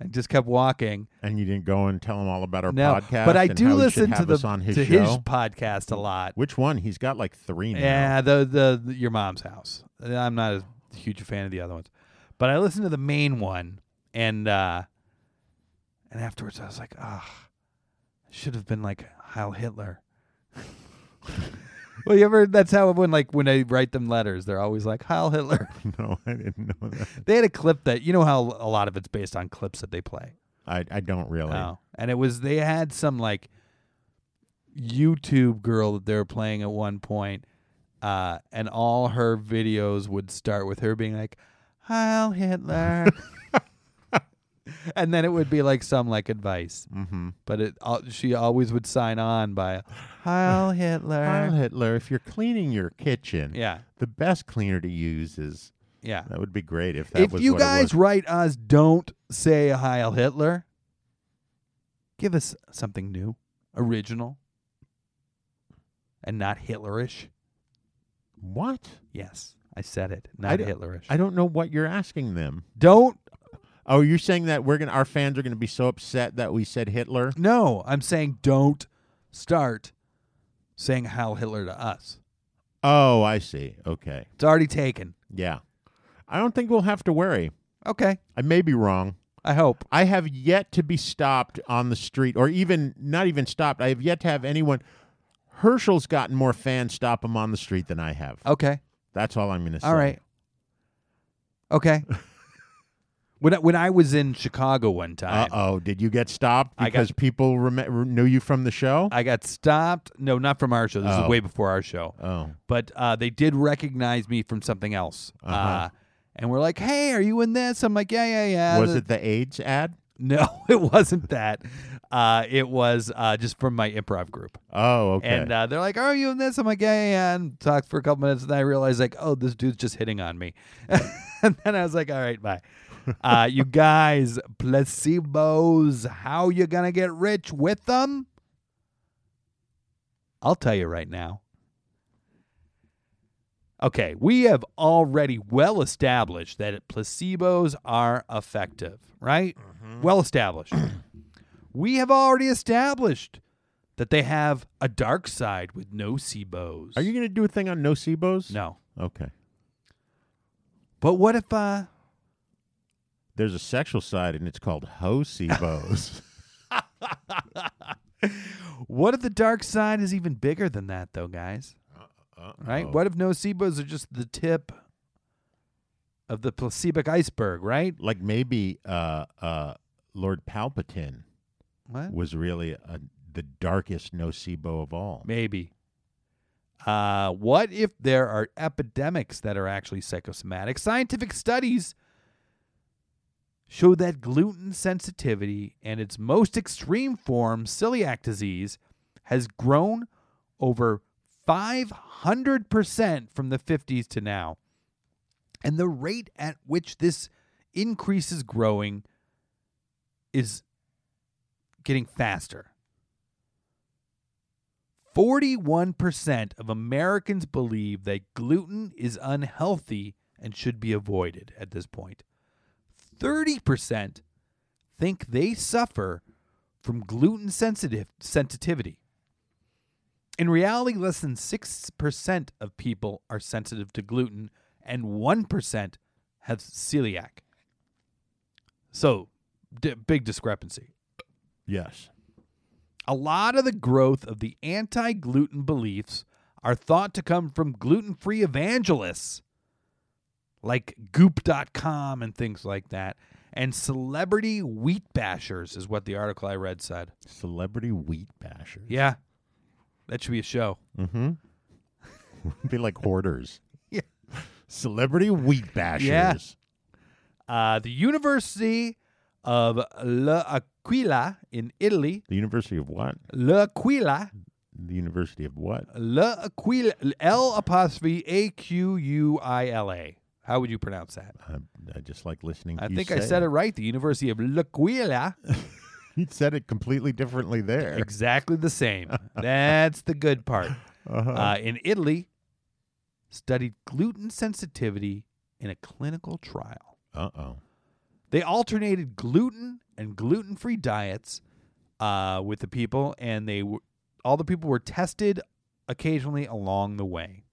F: and just kept walking.
E: and you didn't go and tell him all about our
F: No,
E: podcast.
F: but I
E: and
F: do
E: how he should
F: listen to
E: have
F: the
E: us on his
F: to
E: show.
F: his podcast a lot.
E: Which one? He's got like three now. *laughs*
F: Yeah, the, the the your mom's house. I'm not as huge a fan of the other ones, but I listened to the main one, and uh and afterwards I was like, ah, should have been like Heil Hitler. *laughs* well, you ever? That's how when like when I write them letters, they're always like Heil Hitler. *laughs*
E: No, I didn't know that.
F: they had a clip that you know how a lot of it's based on clips that they play.
E: I, I don't really.
F: Oh, and it was they had some like YouTube girl that they were playing at one point, uh, and all her videos would start with her being like, "Heil Hitler," and then it would be like some like advice.
E: Hmm.
F: Mm-hmm. But it al- she always would sign on by "Heil Hitler."
E: Heil Hitler, if you're cleaning your kitchen,
F: Yeah,
E: the best cleaner to use is
F: yeah.
E: that would be great if that
F: If
E: was
F: you
E: what it
F: guys
E: was.
F: write us, don't say "Heil Hitler." Give us something new, original, and not Hitlerish.
E: what
F: Yes, I said it.
E: I
F: Not
E: d-
F: Hitlerish.
E: I don't know what you're asking them.
F: don't.
E: Oh, you're saying that we're gonna our fans are gonna be so upset that we said Hitler.
F: No, I'm saying don't start saying "Heil Hitler" to us.
E: Oh, I see. Okay,
F: It's already taken.
E: yeah. I don't think we'll have to worry.
F: Okay,
E: I may be wrong.
F: I hope.
E: I have yet to be stopped on the street, or even not even stopped. I have yet to have anyone. Herschel's gotten more fans stop him on the street than I have.
F: Okay.
E: That's all I'm gonna say.
F: Oh. All right.
E: *laughs*
F: Okay. when I, when I was in Chicago one
E: Uh
F: time,
E: oh, did you get stopped
F: I got-
E: because people rem- knew you from the show?
F: I got stopped. No, not from our show. This is
E: Oh.
F: way before our show.
E: oh,
F: But uh, they did recognize me from something else.
E: Uh-huh.
F: uh and we're like, "Hey, are you in this?" I'm like, "Yeah, yeah, yeah."
E: was
F: The-
E: it the AIDS ad?
F: *laughs* No, it wasn't that. Uh, it was uh, just from my improv group.
E: Oh, okay.
F: And uh, they're like, "Are you in this?" I'm like, "Yeah, yeah." yeah," And talked for a couple minutes, and I realized like, "Oh, this dude's just hitting on me." *laughs* and then I was like, "All right, bye." Uh,
E: *laughs*
F: you guys, placebos, how you gonna get rich with them? I'll tell you right now. Okay, we have already well established that placebos are effective, right?
E: Mm-hmm.
F: Well established. *clears throat* we have already established that they have a dark side with nocebos.
E: Are you gonna do a thing on nocebos?
F: No.
E: Okay.
F: But what if uh
E: There's a sexual side, and it's called
F: *laughs*
E: hocebos.
F: what if the dark side is even bigger than that though, guys? right? What if nocebos are just the tip of the placebic iceberg, right?
E: like maybe uh, uh, Lord Palpatine
F: What?
E: was really a, the darkest nocebo of all.
F: Maybe. Uh, what if there are epidemics that are actually psychosomatic? Scientific studies show that gluten sensitivity and its most extreme form, celiac disease, has grown over 500% from the 50s to now. And the rate at which this increase is growing is getting faster. 41% of Americans believe that gluten is unhealthy and should be avoided at this point. 30% think they suffer from gluten sensitive sensitivity. In reality, less than 6% of people are sensitive to gluten and 1% have celiac. So, d- big discrepancy.
E: Yes.
F: A lot of the growth of the anti gluten beliefs are thought to come from gluten free evangelists like goop.com and things like that. And celebrity wheat bashers is what the article I read said.
E: Celebrity wheat basher.
F: Yeah. That should be a show.
E: Be like hoarders.
F: *laughs* Yeah.
E: Celebrity wheat bashers.
F: Uh, the University of La Aquila in Italy.
E: The University of what?
F: La Aquila.
E: The University of what?
F: La Aquila. L apostrophe A Q U I L A. How would you pronounce that?
E: I, I just like listening. to
F: I
E: you
F: think
E: say
F: I said it right. The University of La Aquila.
E: You said it completely differently there.
F: exactly
E: *laughs*
F: the same. That's the good part.
E: Uh-huh.
F: Uh, in Italy, studied gluten sensitivity in a clinical trial.
E: Uh oh.
F: They alternated gluten and gluten free diets uh, with the people, and they w- all the people were tested occasionally along the way.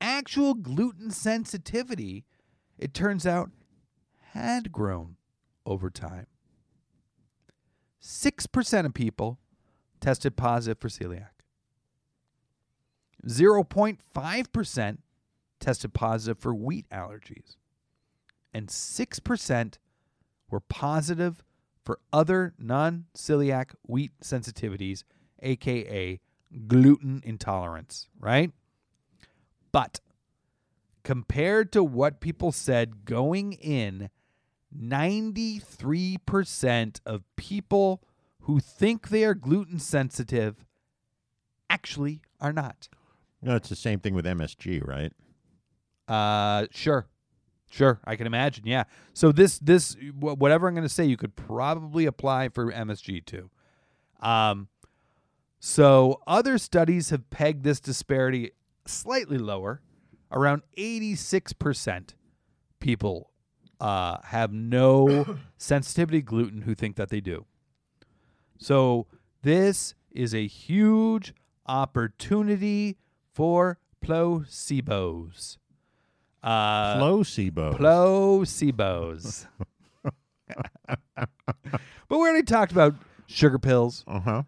F: Actual gluten sensitivity, it turns out, had grown over time. 6% of people tested positive for celiac. 0.5% tested positive for wheat allergies and 6% were positive for other non celiac wheat sensitivities, aka gluten intolerance, right? But compared to what people said going in, 93% of people who think they are gluten sensitive actually are not.
E: No, it's the same thing with MSG, right?
F: Uh, sure, sure. I can imagine. Yeah. So this this wh- whatever I'm going to say, you could probably apply for MSG too. Um, so other studies have pegged this disparity slightly lower, around 86 percent people uh, have no sensitivity to gluten who think that they do. So this is a huge opportunity for placebos. Uh,
E: Placebo. *laughs*
F: placebos. but we already talked about sugar pills.
E: uh huh.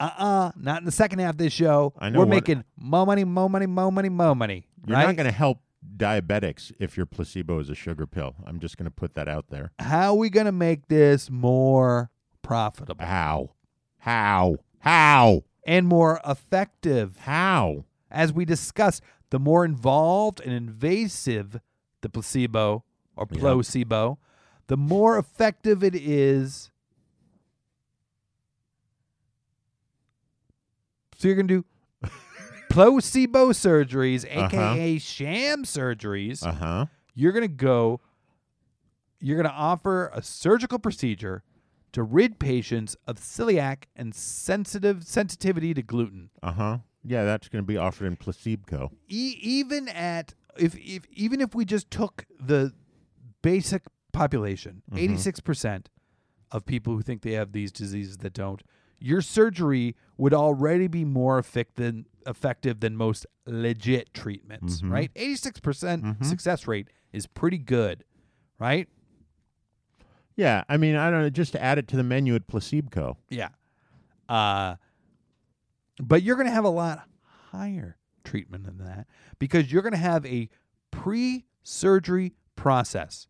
F: Uh-uh, not in the second half of this show.
E: I know
F: We're
E: what-
F: making more money, more money, more money, more money.
E: You're
F: right?
E: not going to help diabetics if your placebo is a sugar pill. I'm just going to put that out there.
F: How are we going to make this more profitable
E: How? How? How?
F: and more effective?
E: How?
F: As we discussed, the more involved and invasive the placebo or
E: Yeah.
F: placebo, the more effective it is. So you're going to do placebo surgeries, aka sham surgeries.
E: Uh huh.
F: You're going to go, you're going to offer a surgical procedure to rid patients of celiac and sensitive sensitivity to gluten.
E: Uh huh. Yeah, that's going to be offered in placebo.
F: e- even at if, if even if we just took the basic population, 86 percent of people who think they have these diseases that don't, your surgery would already be more effect than, effective than most legit treatments, right? 86 percent success rate is pretty good, right?
E: Yeah, I mean, I don't know. Just add it to the menu at placebo.
F: Yeah. Uh, but you're going to have a lot higher treatment than that because you're going to have a pre surgery process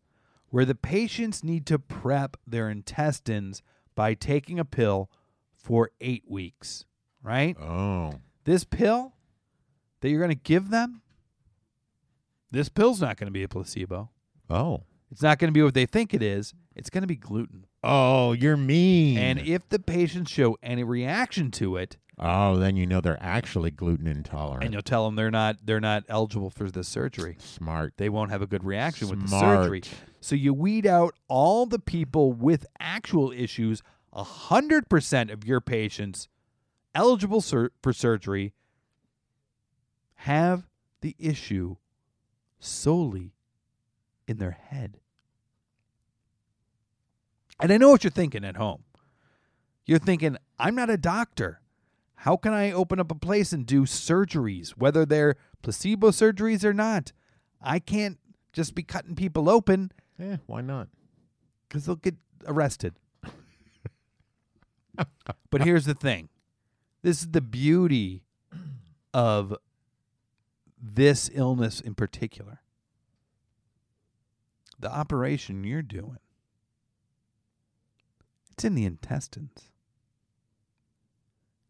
F: where the patients need to prep their intestines by taking a pill for eight weeks, right?
E: Oh.
F: This pill that you're going to give them, this pill's not going to be a placebo.
E: Oh.
F: It's not going to be what they think it is. It's going to be gluten.
E: Oh, you're mean.
F: And if the patients show any reaction to it,
E: oh, then you know they're actually gluten intolerant.
F: and you'll tell them they're not they're not eligible for this surgery.
E: Smart.
F: They won't have a good reaction with the
E: Smart.
F: surgery. So you weed out all the people with actual issues. A hundred percent of your patients eligible sur- for surgery have the issue solely in their head. And I know what you're thinking at home. You're thinking, I'm not a doctor. How can I open up a place and do surgeries, whether they're placebo surgeries or not? I can't just be cutting people open
E: yeah, Eh, why not?
F: because they'll get arrested. but here's the thing This is the beauty of this illness in particular. The operation you're doing, it's in the intestines.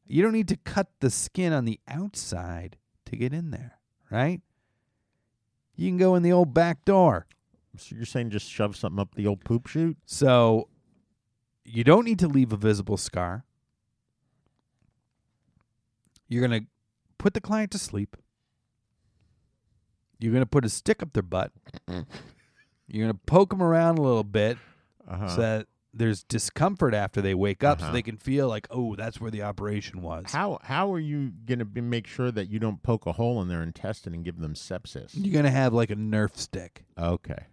F: You don't need to cut the skin on the outside to get in there, right? You can go in the old back door.
E: So you're saying just shove something up the old poop chute?
F: So you don't need to leave a visible scar. You're going to put the client to sleep. You're going to put a stick up their butt. You're going to poke them around a little bit so that there's discomfort after they wake up so they can feel like, oh, that's where the operation was.
E: How how are you going to be, make sure that you don't poke a hole in their intestine and give them sepsis?
F: You're going to have like a Nerf stick.
E: Okay.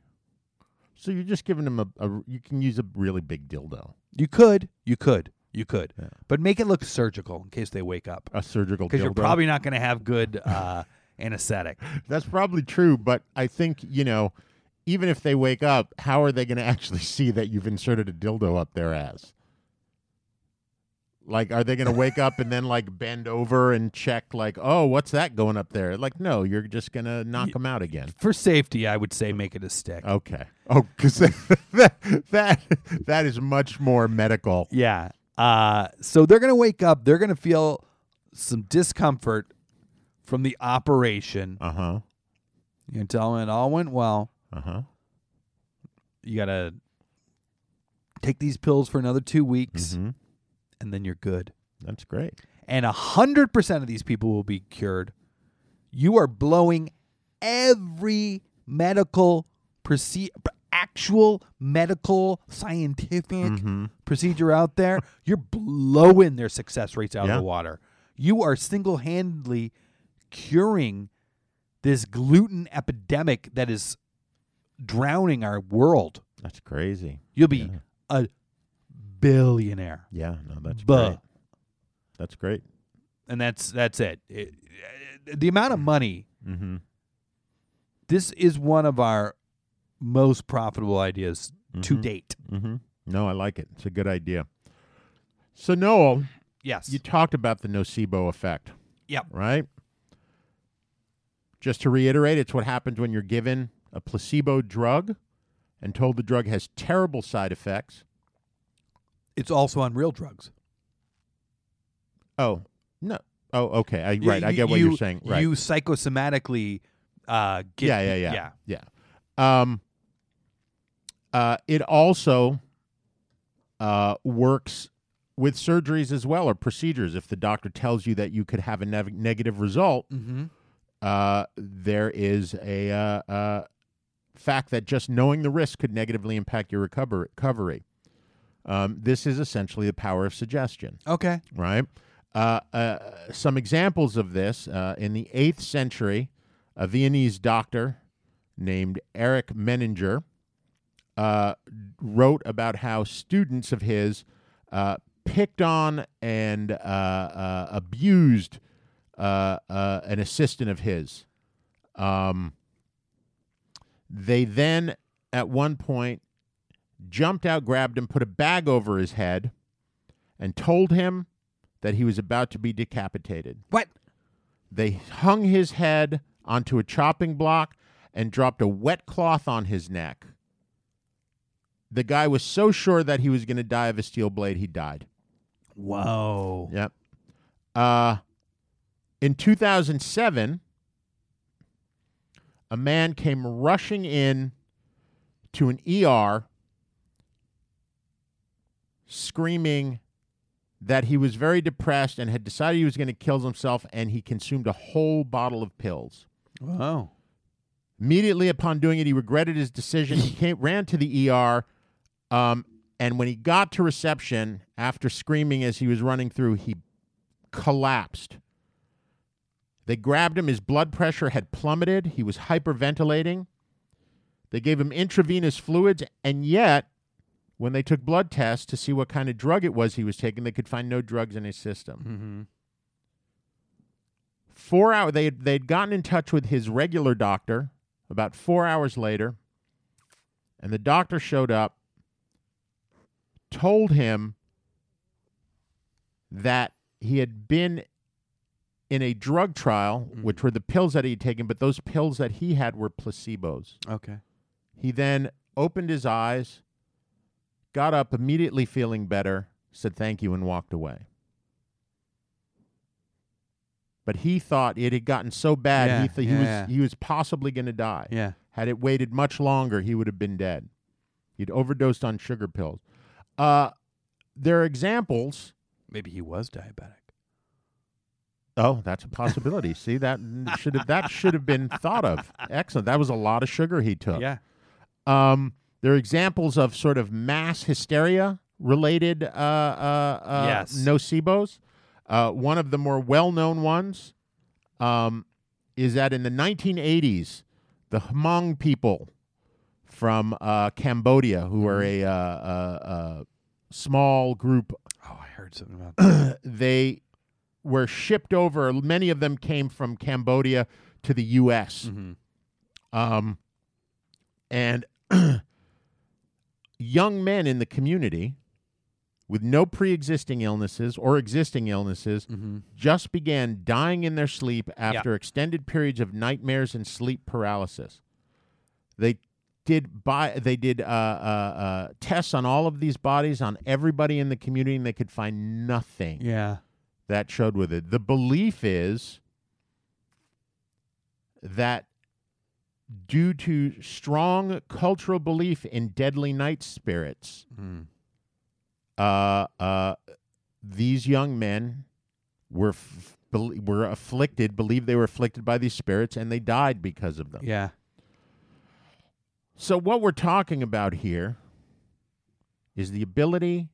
E: So you're just giving them a, a you can use a really big dildo,
F: You could, you could, you could, but make it look surgical in case they wake up.
E: a surgical
F: because
E: dildo.
F: you're probably not going to have good uh, anesthetic.
E: That's probably true, but I think, you know, even if they wake up, how are they going to *laughs* actually see that you've inserted a dildo up their ass? Like, are they going to wake up and then, like, bend over and check, like, oh, what's that going up there? Like, no, you're just going to knock them out again.
F: For safety, I would say make it a stick.
E: Okay. Oh, because *laughs* that, that, that is much more medical.
F: Yeah. Uh, so they're going to wake up. They're going to feel some discomfort from the operation.
E: Uh huh.
F: You can tell them it all went well.
E: Uh huh.
F: You got to take these pills for another two weeks, and then you're good.
E: That's great.
F: and 100% of these people will be cured. You are blowing every medical proce- actual medical scientific
E: Mm-hmm.
F: procedure out there. *laughs* You're blowing their success rates out
E: Yeah.
F: of the water. You are single-handedly curing this gluten epidemic that is drowning our world.
E: That's crazy.
F: You'll be a billionaire.
E: Yeah. No, that's
F: Buh.
E: great. That's great.
F: and that's that's it. It- it- the amount of money.
E: Mm-hmm.
F: This is one of our most profitable ideas
E: Mm-hmm.
F: to date.
E: No, I like it. It's a good idea. So, Noel,
F: Yes.
E: you talked about the nocebo effect,
F: yep.
E: right? Just to reiterate, it's what happens when you're given a placebo drug and told the drug has terrible side effects.
F: It's also on real drugs.
E: Oh, no. Oh, okay. I, right. I get what
F: You-
E: you're saying. Right.
F: You psychosomatically uh, get
E: yeah, yeah, yeah. Yeah. Um, uh, it also uh, works with surgeries as well or procedures. If the doctor tells you that you could have a nev- negative result, uh, there is a uh, uh, fact that just knowing the risk could negatively impact your recover- recovery. Um, this is essentially the power of suggestion
F: Okay.
E: right? Uh, uh, some examples of this uh, in the 8th century, a Viennese doctor named Eric Menninger uh, wrote about how students of his uh, picked on and uh, uh, abused uh, uh, an assistant of his. Um, they then, at one point, jumped out, grabbed him, put a bag over his head, and told him that he was about to be decapitated.
F: What?
E: They hung his head onto a chopping block and dropped a wet cloth on his neck. The guy was so sure that he was going to die of a steel blade, he died.
F: Whoa.
E: Yep. Uh, in 2007, a man came rushing in to an ER screaming that he was very depressed and had decided he was going to kill himself, and he consumed a whole bottle of pills.
F: Wow.
E: Immediately upon doing it, he regretted his decision. He came, ran to the ER, um, and when he got to reception, after screaming as he was running through, he collapsed. They grabbed him. His blood pressure had plummeted. He was hyperventilating. They gave him intravenous fluids, and yet, when they took blood tests to see what kind of drug it was he was taking, they could find no drugs in his system
F: Mm-hmm.
E: four hour they had- they'd gotten in touch with his regular doctor about four hours later and the doctor showed up told him that he had been in a drug trial, which were the pills that he had taken, but those pills that he had were placebos.
F: Okay.
E: He then opened his eyes, got up immediately feeling better, said thank you, and walked away. But he thought it had gotten so bad
F: Yeah,
E: he th-
F: yeah,
E: he was
F: yeah.
E: he was possibly going to die.
F: Yeah.
E: Had it waited much longer, he would have been dead. He'd overdosed on sugar pills. Uh, there are examples.
F: Maybe he was diabetic.
E: Oh, that's a possibility. See that should have that should have been thought of. Excellent. That was a lot of sugar he took.
F: Yeah.
E: Um, there are examples of sort of mass hysteria related uh, uh, uh,
F: Yes.
E: nocebos. Uh, one of the more well known ones um, is that in the 1980s, the Hmong people from uh, Cambodia, who are a, uh, uh, uh, small group
F: Oh, I heard something *coughs* about that.
E: they were shipped over. Many of them came from Cambodia to the U.S. Um, and *clears throat* young men in the community with no pre-existing illnesses or existing illnesses just began dying in their sleep after extended periods of nightmares and sleep paralysis. They did buy. They did uh, uh, uh, tests on all of these bodies on everybody in the community, and they could find nothing
F: yeah.
E: that showed with it. The belief is that due to strong cultural belief in deadly night spirits,
F: Mm.
E: uh, uh, these young men were f- bel were afflicted, believed they were afflicted by these spirits, and they died because of them.
F: Yeah.
E: So, what we're talking about here is the ability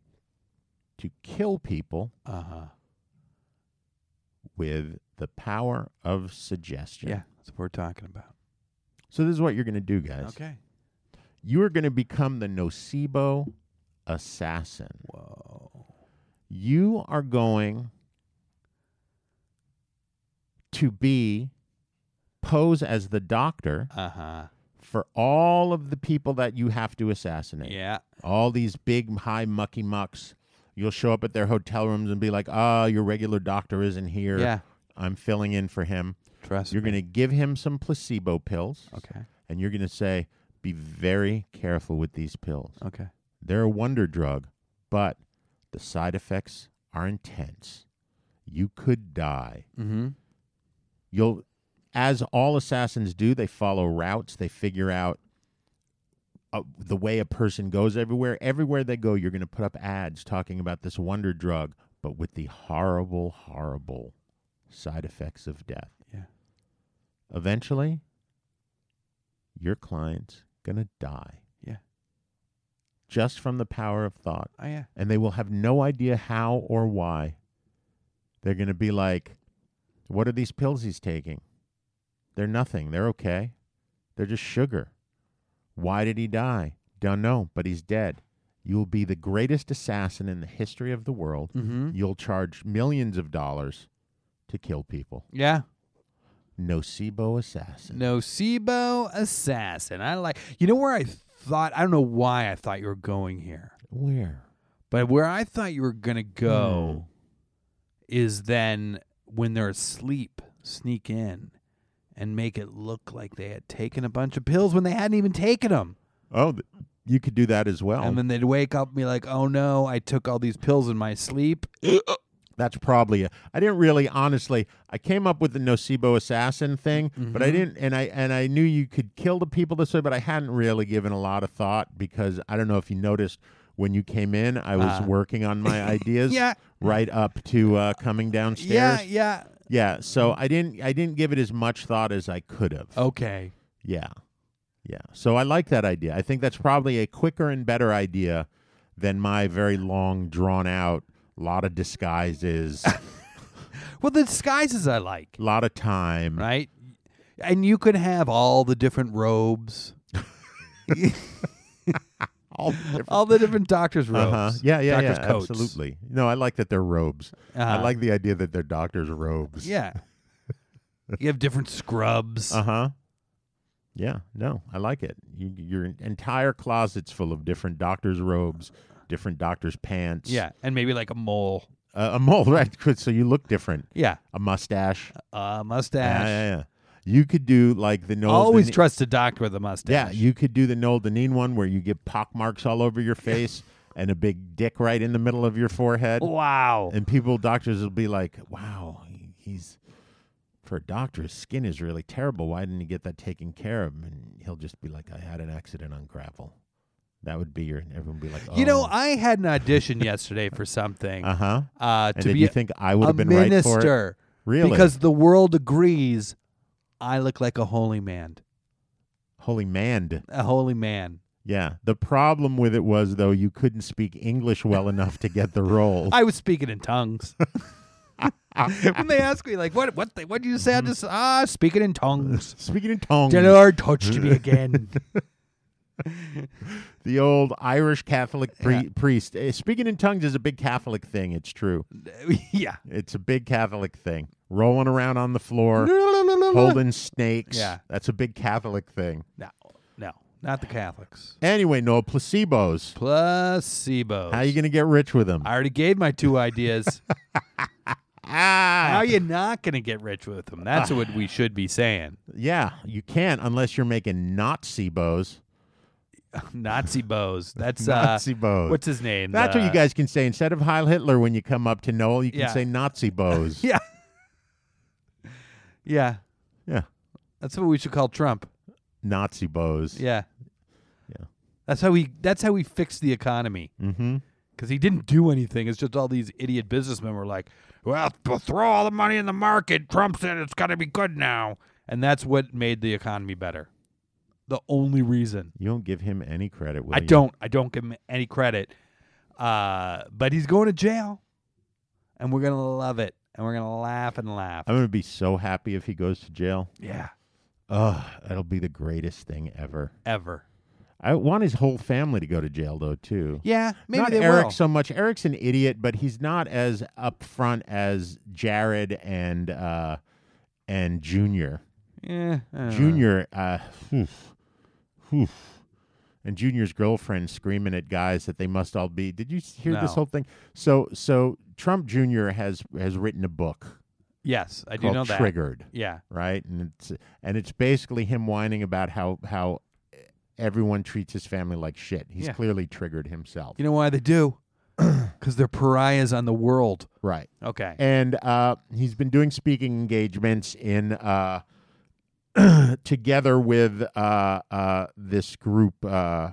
E: to kill people
F: Uh huh.
E: with the power of suggestion.
F: Yeah. That's what we're talking about.
E: So this is what you're going to do, guys.
F: Okay.
E: You are going to become the nocebo assassin.
F: Whoa.
E: You are going to be pose as the doctor
F: Uh huh.
E: for all of the people that you have to assassinate.
F: Yeah.
E: All these big high mucky mucks. You'll show up at their hotel rooms and be like, "Ah, your regular doctor isn't here.
F: Yeah.
E: I'm filling in for him."
F: Trust.
E: You're going to give him some placebo pills.
F: Okay.
E: And you're going to say, be very careful with these pills.
F: Okay.
E: They're a wonder drug, but the side effects are intense. You could die.
F: Mm-hmm.
E: You'll, as all assassins do, they follow routes, they figure out uh, the way a person goes everywhere. Everywhere they go, you're going to put up ads talking about this wonder drug, but with the horrible, horrible side effects of death.
F: Yeah.
E: Eventually, your client's going to die
F: Yeah.
E: just from the power of thought.
F: Oh yeah.
E: And they will have no idea how or why. They're going to be like, what are these pills he's taking? They're nothing. They're okay. They're just sugar. Why did he die? Don't know, but he's dead. You'll be the greatest assassin in the history of the world.
F: Mhm.
E: You'll charge millions of dollars to kill people.
F: Yeah.
E: Nocebo assassin.
F: Nocebo assassin. I like. You know where I thought? I don't know why I thought you were going here,
E: Where?
F: but where I thought you were gonna go is then when they're asleep, sneak in and make it look like they had taken a bunch of pills when they hadn't even taken them,
E: Oh, th- you could do that as well.
F: and then they'd wake up and be like, "Oh no, I took all these pills in my sleep."
E: That's probably. I I didn't really, honestly. I came up with the nocebo assassin thing,
F: Mm-hmm.
E: but I didn't, and I and I knew you could kill the people this way, but I hadn't really given a lot of thought because I don't know if you noticed when you came in, I was working on
F: *laughs*
E: my ideas
F: Uh. Yeah.
E: right up to uh, coming downstairs.
F: Yeah. Yeah.
E: Yeah, So I didn't, I didn't give it as much thought as I could have.
F: Okay.
E: Yeah. Yeah. So I like that idea. I think that's probably a quicker and better idea than my very long, drawn out, lot of disguises,
F: Well, the disguises I like,
E: lot of time.
F: right? And you could have all the different robes,
E: All different-
F: *laughs* all the different doctors'
E: *laughs*
F: robes.
E: Uh-huh. Yeah, yeah,
F: doctor's
E: yeah.
F: coats.
E: Absolutely. No, I like that they're robes. I
F: Uh-huh.
E: like the idea that they're doctors' robes.
F: Yeah. you have different scrubs.
E: Uh huh. Yeah. No, I like it. You, your entire closet's full of different doctors' robes, different doctors' pants.
F: yeah, and maybe like a mole.
E: Uh, a mole, *laughs* right? Good. So you look different.
F: Yeah.
E: A mustache.
F: Uh,
E: Yeah,
F: mustache.
E: yeah, yeah. You could do like the Noel.
F: Always
E: Deneen-
F: trust a doctor with a
E: Yeah,
F: mustache.
E: you could do the Noel Deneen one where you get pock marks all over your face and a big dick right in the middle of your forehead.
F: Wow.
E: And people, doctors will be like, wow, he- he's, for a doctor, his skin is really terrible. Why didn't he get that taken care of? And he'll just be like, I had an accident on gravel. That would be your, everyone would be like, oh.
F: You know, I had an audition yesterday for something.
E: uh huh.
F: Uh,
E: And
F: to
E: did
F: be
E: you
F: a-
E: think I would have
F: a
E: been right for it?
F: minister.
E: Really?
F: Because the world agrees I look like a holy man.
E: Holy man.
F: A holy man.
E: Yeah. The problem with it was, though, you couldn't speak English well enough to get the role.
F: *laughs* I was speaking in
E: *laughs*
F: tongues. when they ask me, like, what what the, what did you
E: Mm-hmm.
F: say? I just, ah, speaking
E: *laughs*
F: in tongues.
E: Speaking in tongues.
F: The Lord touched
E: *laughs*
F: me again. *laughs*
E: the old Irish Catholic pri- priest. Eh, Speaking in tongues is a big Catholic thing. It's true. *laughs*
F: yeah.
E: It's a big Catholic thing. Rolling around on the floor, holding snakes.
F: Yeah.
E: That's a big Catholic thing.
F: No, no, not the Catholics.
E: Anyway, Noel, placebos.
F: Placebos.
E: How you going to get rich with them?
F: I already gave my two ideas.
E: *laughs*
F: How
E: ah,
F: are you not going to get rich with them? That's what we should be saying.
E: yeah, you can't unless you're making Nazi bows.
F: Nazi bows. That's uh,
E: Nazi bows.
F: What's his name?
E: That's what you
F: Uh,
E: guys can say. Instead of Heil Hitler when you come up to Noel, you can
F: Yeah.
E: say Nazi bows.
F: *laughs* *laughs* Yeah. yeah.
E: yeah.
F: That's what we should call Trump.
E: Nazi bows.
F: Yeah.
E: Yeah.
F: That's how we. That's how we fix the economy. Mm-hmm. Because he didn't do anything. It's just all these idiot businessmen were like, "Well, th- throw all the money in the market." Trump said it's got to be good now, and that's what made the economy better. The only reason
E: You don't give him any credit, will
F: I
E: you?
F: don't, I don't give him any credit. Uh, but he's going to jail, and we're gonna love it, and we're gonna laugh and laugh.
E: I'm going to be so happy if he goes to jail.
F: yeah,
E: Ugh, that'll be the greatest thing ever.
F: ever.
E: I want his whole family to go to jail, though, too.
F: Yeah, maybe
E: not
F: they
E: Eric
F: will.
E: so much. Eric's an idiot, but he's not as upfront as Jared and uh, and Junior.
F: yeah, I don't know.
E: Junior, uh, oof, oof. and Junior's girlfriend screaming at guys that they must all be. Did you s- hear this
F: No.
E: whole thing? So, so Trump Junior has has written a book
F: Yes, I do
E: called
F: know that.
E: Triggered.
F: Yeah.
E: right? And it's and it's basically him whining about how how everyone treats his family like shit. He's
F: Yeah.
E: clearly triggered himself,
F: You know why
E: *clears throat*
F: they do? Because they're pariahs on the world.
E: right?
F: Okay.
E: And uh, he's been doing speaking engagements in uh, *clears throat* together with uh, uh, this group. Uh,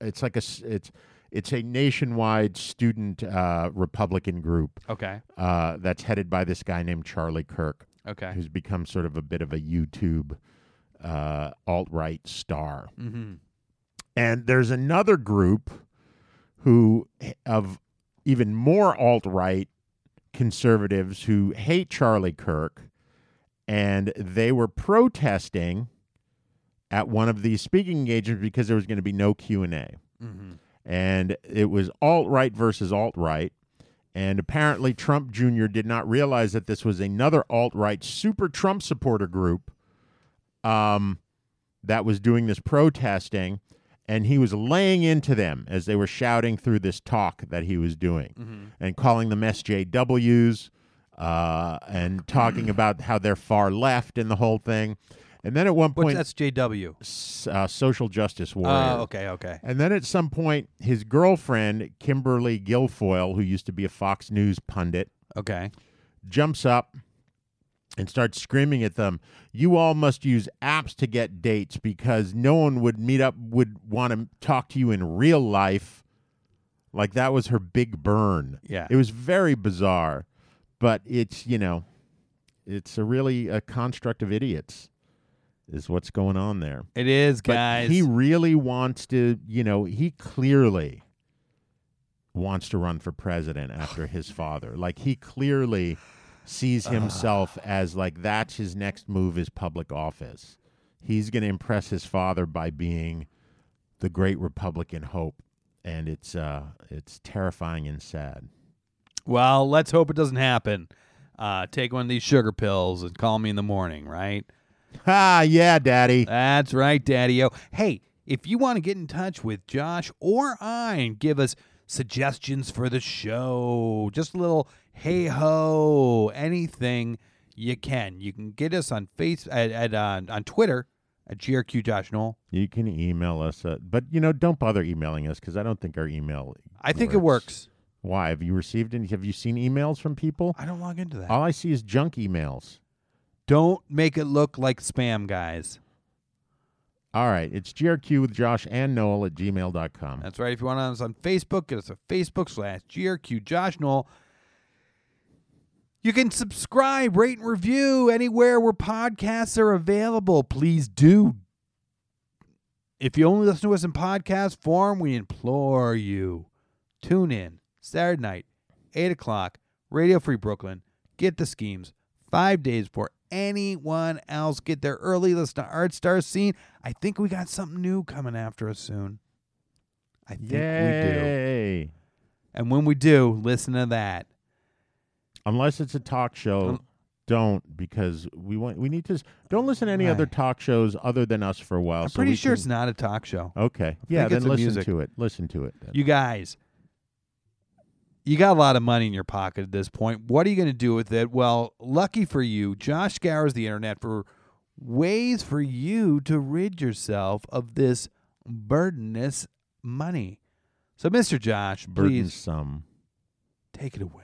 E: it's like a s- it's it's a nationwide student uh, Republican group
F: okay.
E: uh, that's headed by this guy named Charlie Kirk.
F: Okay.
E: who's become sort of a bit of a YouTube uh, alt right star. And there's another group who of even more alt right conservatives who hate Charlie Kirk, and they were protesting at one of these speaking engagements because there was going to be no Q and A, and it was alt right versus alt right. And apparently, Trump Jr. did not realize that this was another alt right super Trump supporter group um, that was doing this protesting. And he was laying into them as they were shouting through this talk that he was doing and calling them SJWs uh, and talking about how they're far left and the whole thing. And then at one
F: What's
E: point,
F: that's JW?
E: s- uh, social justice
F: Oh,
E: warrior.
F: okay, okay.
E: And then at some point, his girlfriend, Kimberly Guilfoyle, who used to be a Fox News pundit,
F: Okay.
E: jumps up and starts screaming at them, You all must use apps to get dates because no one would meet up, would want to talk to you in real life. Like that was her big burn.
F: Yeah.
E: It was very bizarre, but it's, you know, it's a really a construct of idiots, is what's going on there.
F: It is,
E: But
F: guys.
E: he really wants to, you know, he clearly wants to run for president
F: *sighs*
E: after his father. Like he clearly sees himself as like that's his next move is public office. He's going to impress his father by being the great Republican hope, and it's uh, it's terrifying and sad.
F: well, let's hope it doesn't happen. Uh, take one of these sugar pills and call me in the morning, right?
E: Ah, yeah, Daddy.
F: That's right, Daddy O. Hey, if you want to get in touch with Josh or I and give us suggestions for the show, just a little hey ho, anything you can. You can get us on face at, at uh, on Twitter at grq Josh Knoll.
E: You can email us, uh, but you know, don't bother emailing us because I don't think our email.
F: I think it works.
E: Why? Have you received any? Have you seen emails from people?
F: I don't log into that.
E: All I see is junk emails.
F: Don't make it look like spam, guys.
E: All right, it's GRQ with Josh and Noel at gmail.com.
F: That's right. If you want us on Facebook, get us at Facebook slash GRQ Josh Knoll. You can subscribe, rate, and review anywhere where podcasts are available. Please do. If you only listen to us in podcast form, we implore you. Tune in Saturday night, 8 o'clock, Radio Free Brooklyn. Get the schemes five days before anyone else. Get there early. Listen to Art Star Scene. I think we got something new coming after us soon. I think we do.
E: Yay.
F: And when we do, listen to that.
E: Unless it's a talk show,
F: Um,
E: don't because we want we need to s- don't listen to any other
F: Right.
E: talk shows other than us for a while.
F: I'm
E: so
F: pretty
E: we
F: sure it's
E: can-
F: not a talk show.
E: Okay. Yeah,
F: think
E: then
F: it's a
E: listen
F: music.
E: to it. Listen to it. then.
F: You guys, you got a lot of money in your pocket at this point. What are you going to do with it? Well, lucky for you, Josh scours the internet for ways for you to rid yourself of this burdenous money. So, Mr. Josh, please
E: Burdensome.
F: take it away.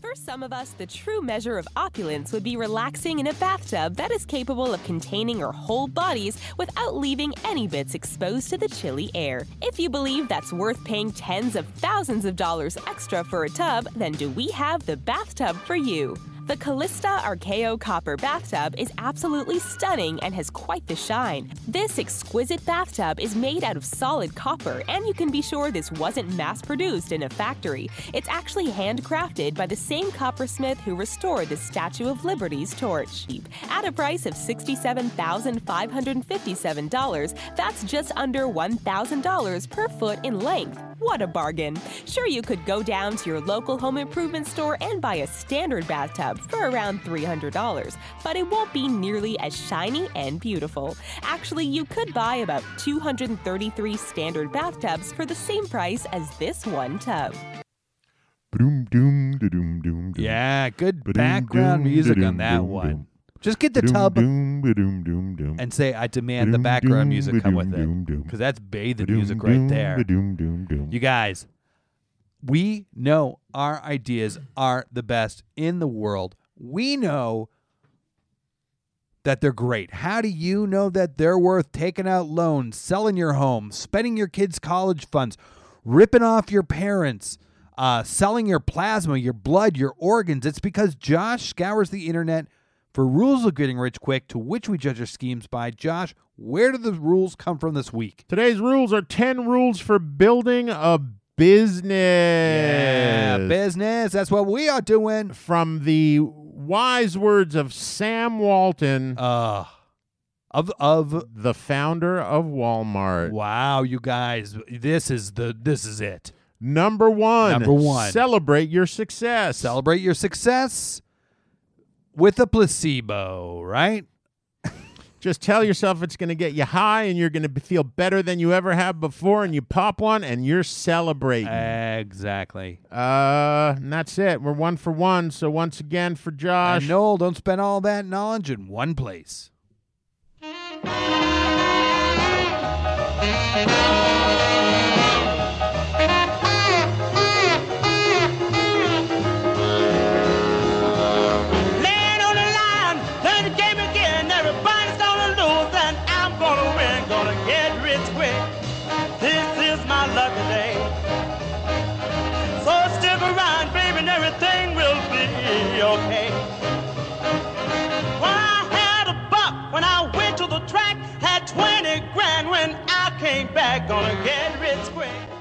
I: For some of us, the true measure of opulence would be relaxing in a bathtub that is capable of containing our whole bodies without leaving any bits exposed to the chilly air. If you believe that's worth paying tens of thousands of dollars extra for a tub, then do we have the bathtub for you? The Callista Archaeo Copper Bathtub is absolutely stunning and has quite the shine. This exquisite bathtub is made out of solid copper, and you can be sure this wasn't mass produced in a factory. It's actually handcrafted by the same coppersmith who restored the Statue of Liberty's torch. At a price of $67,557, that's just under $1,000 per foot in length. What a bargain! Sure, you could go down to your local home improvement store and buy a standard bathtub for around $300, but it won't be nearly as shiny and beautiful. Actually, you could buy about 233 standard bathtubs for the same price as this one tub.
E: Doom doom doom doom.
F: Yeah, good
E: Ba-doom,
F: background
E: doom,
F: music
E: da-doom,
F: on that
E: doom,
F: one.
E: doom.
F: Just get the tub
E: Doom doom doom doom.
F: and say, I demand the
E: Ba-doom,
F: background
E: doom,
F: music come with
E: ba-doom, doom,
F: it.
E: doom.
F: Because that's bathing music right there.
E: Doom doom doom.
F: You guys, we know our ideas are the best in the world. We know that they're great. How do you know that they're worth taking out loans, selling your home, spending your kids' college funds, ripping off your parents, uh, selling your plasma, your blood, your organs? It's because Josh scours the internet for rules of getting rich quick, to which we judge our schemes by. Josh, where do the rules come from this week?
E: Today's rules are 10 rules for building a business.
F: Yeah, business. That's what we are doing.
E: From the wise words of Sam Walton,
F: Uh of of
E: the founder of Walmart.
F: wow, you guys, this is the this is it.
E: Number one.
F: Number one.
E: Celebrate your success.
F: Celebrate your success with a placebo, right?
E: Just tell yourself it's going to get you high and you're going to feel better than you ever have before, and you pop one and you're celebrating.
F: Uh, Mm-hmm. Exactly.
E: Uh, and that's it. We're one for one. So once again for Josh.
F: And Noel, don't spend all that knowledge in one place.
D: Land on the line, play the game again. Everybody's gonna lose, and I'm gonna win. Gonna get rich quick. This is my lucky day. So stick around, baby, and everything will be okay. When I had a buck, when I went to the track, had 20 grand when I came back. Gonna get rich quick.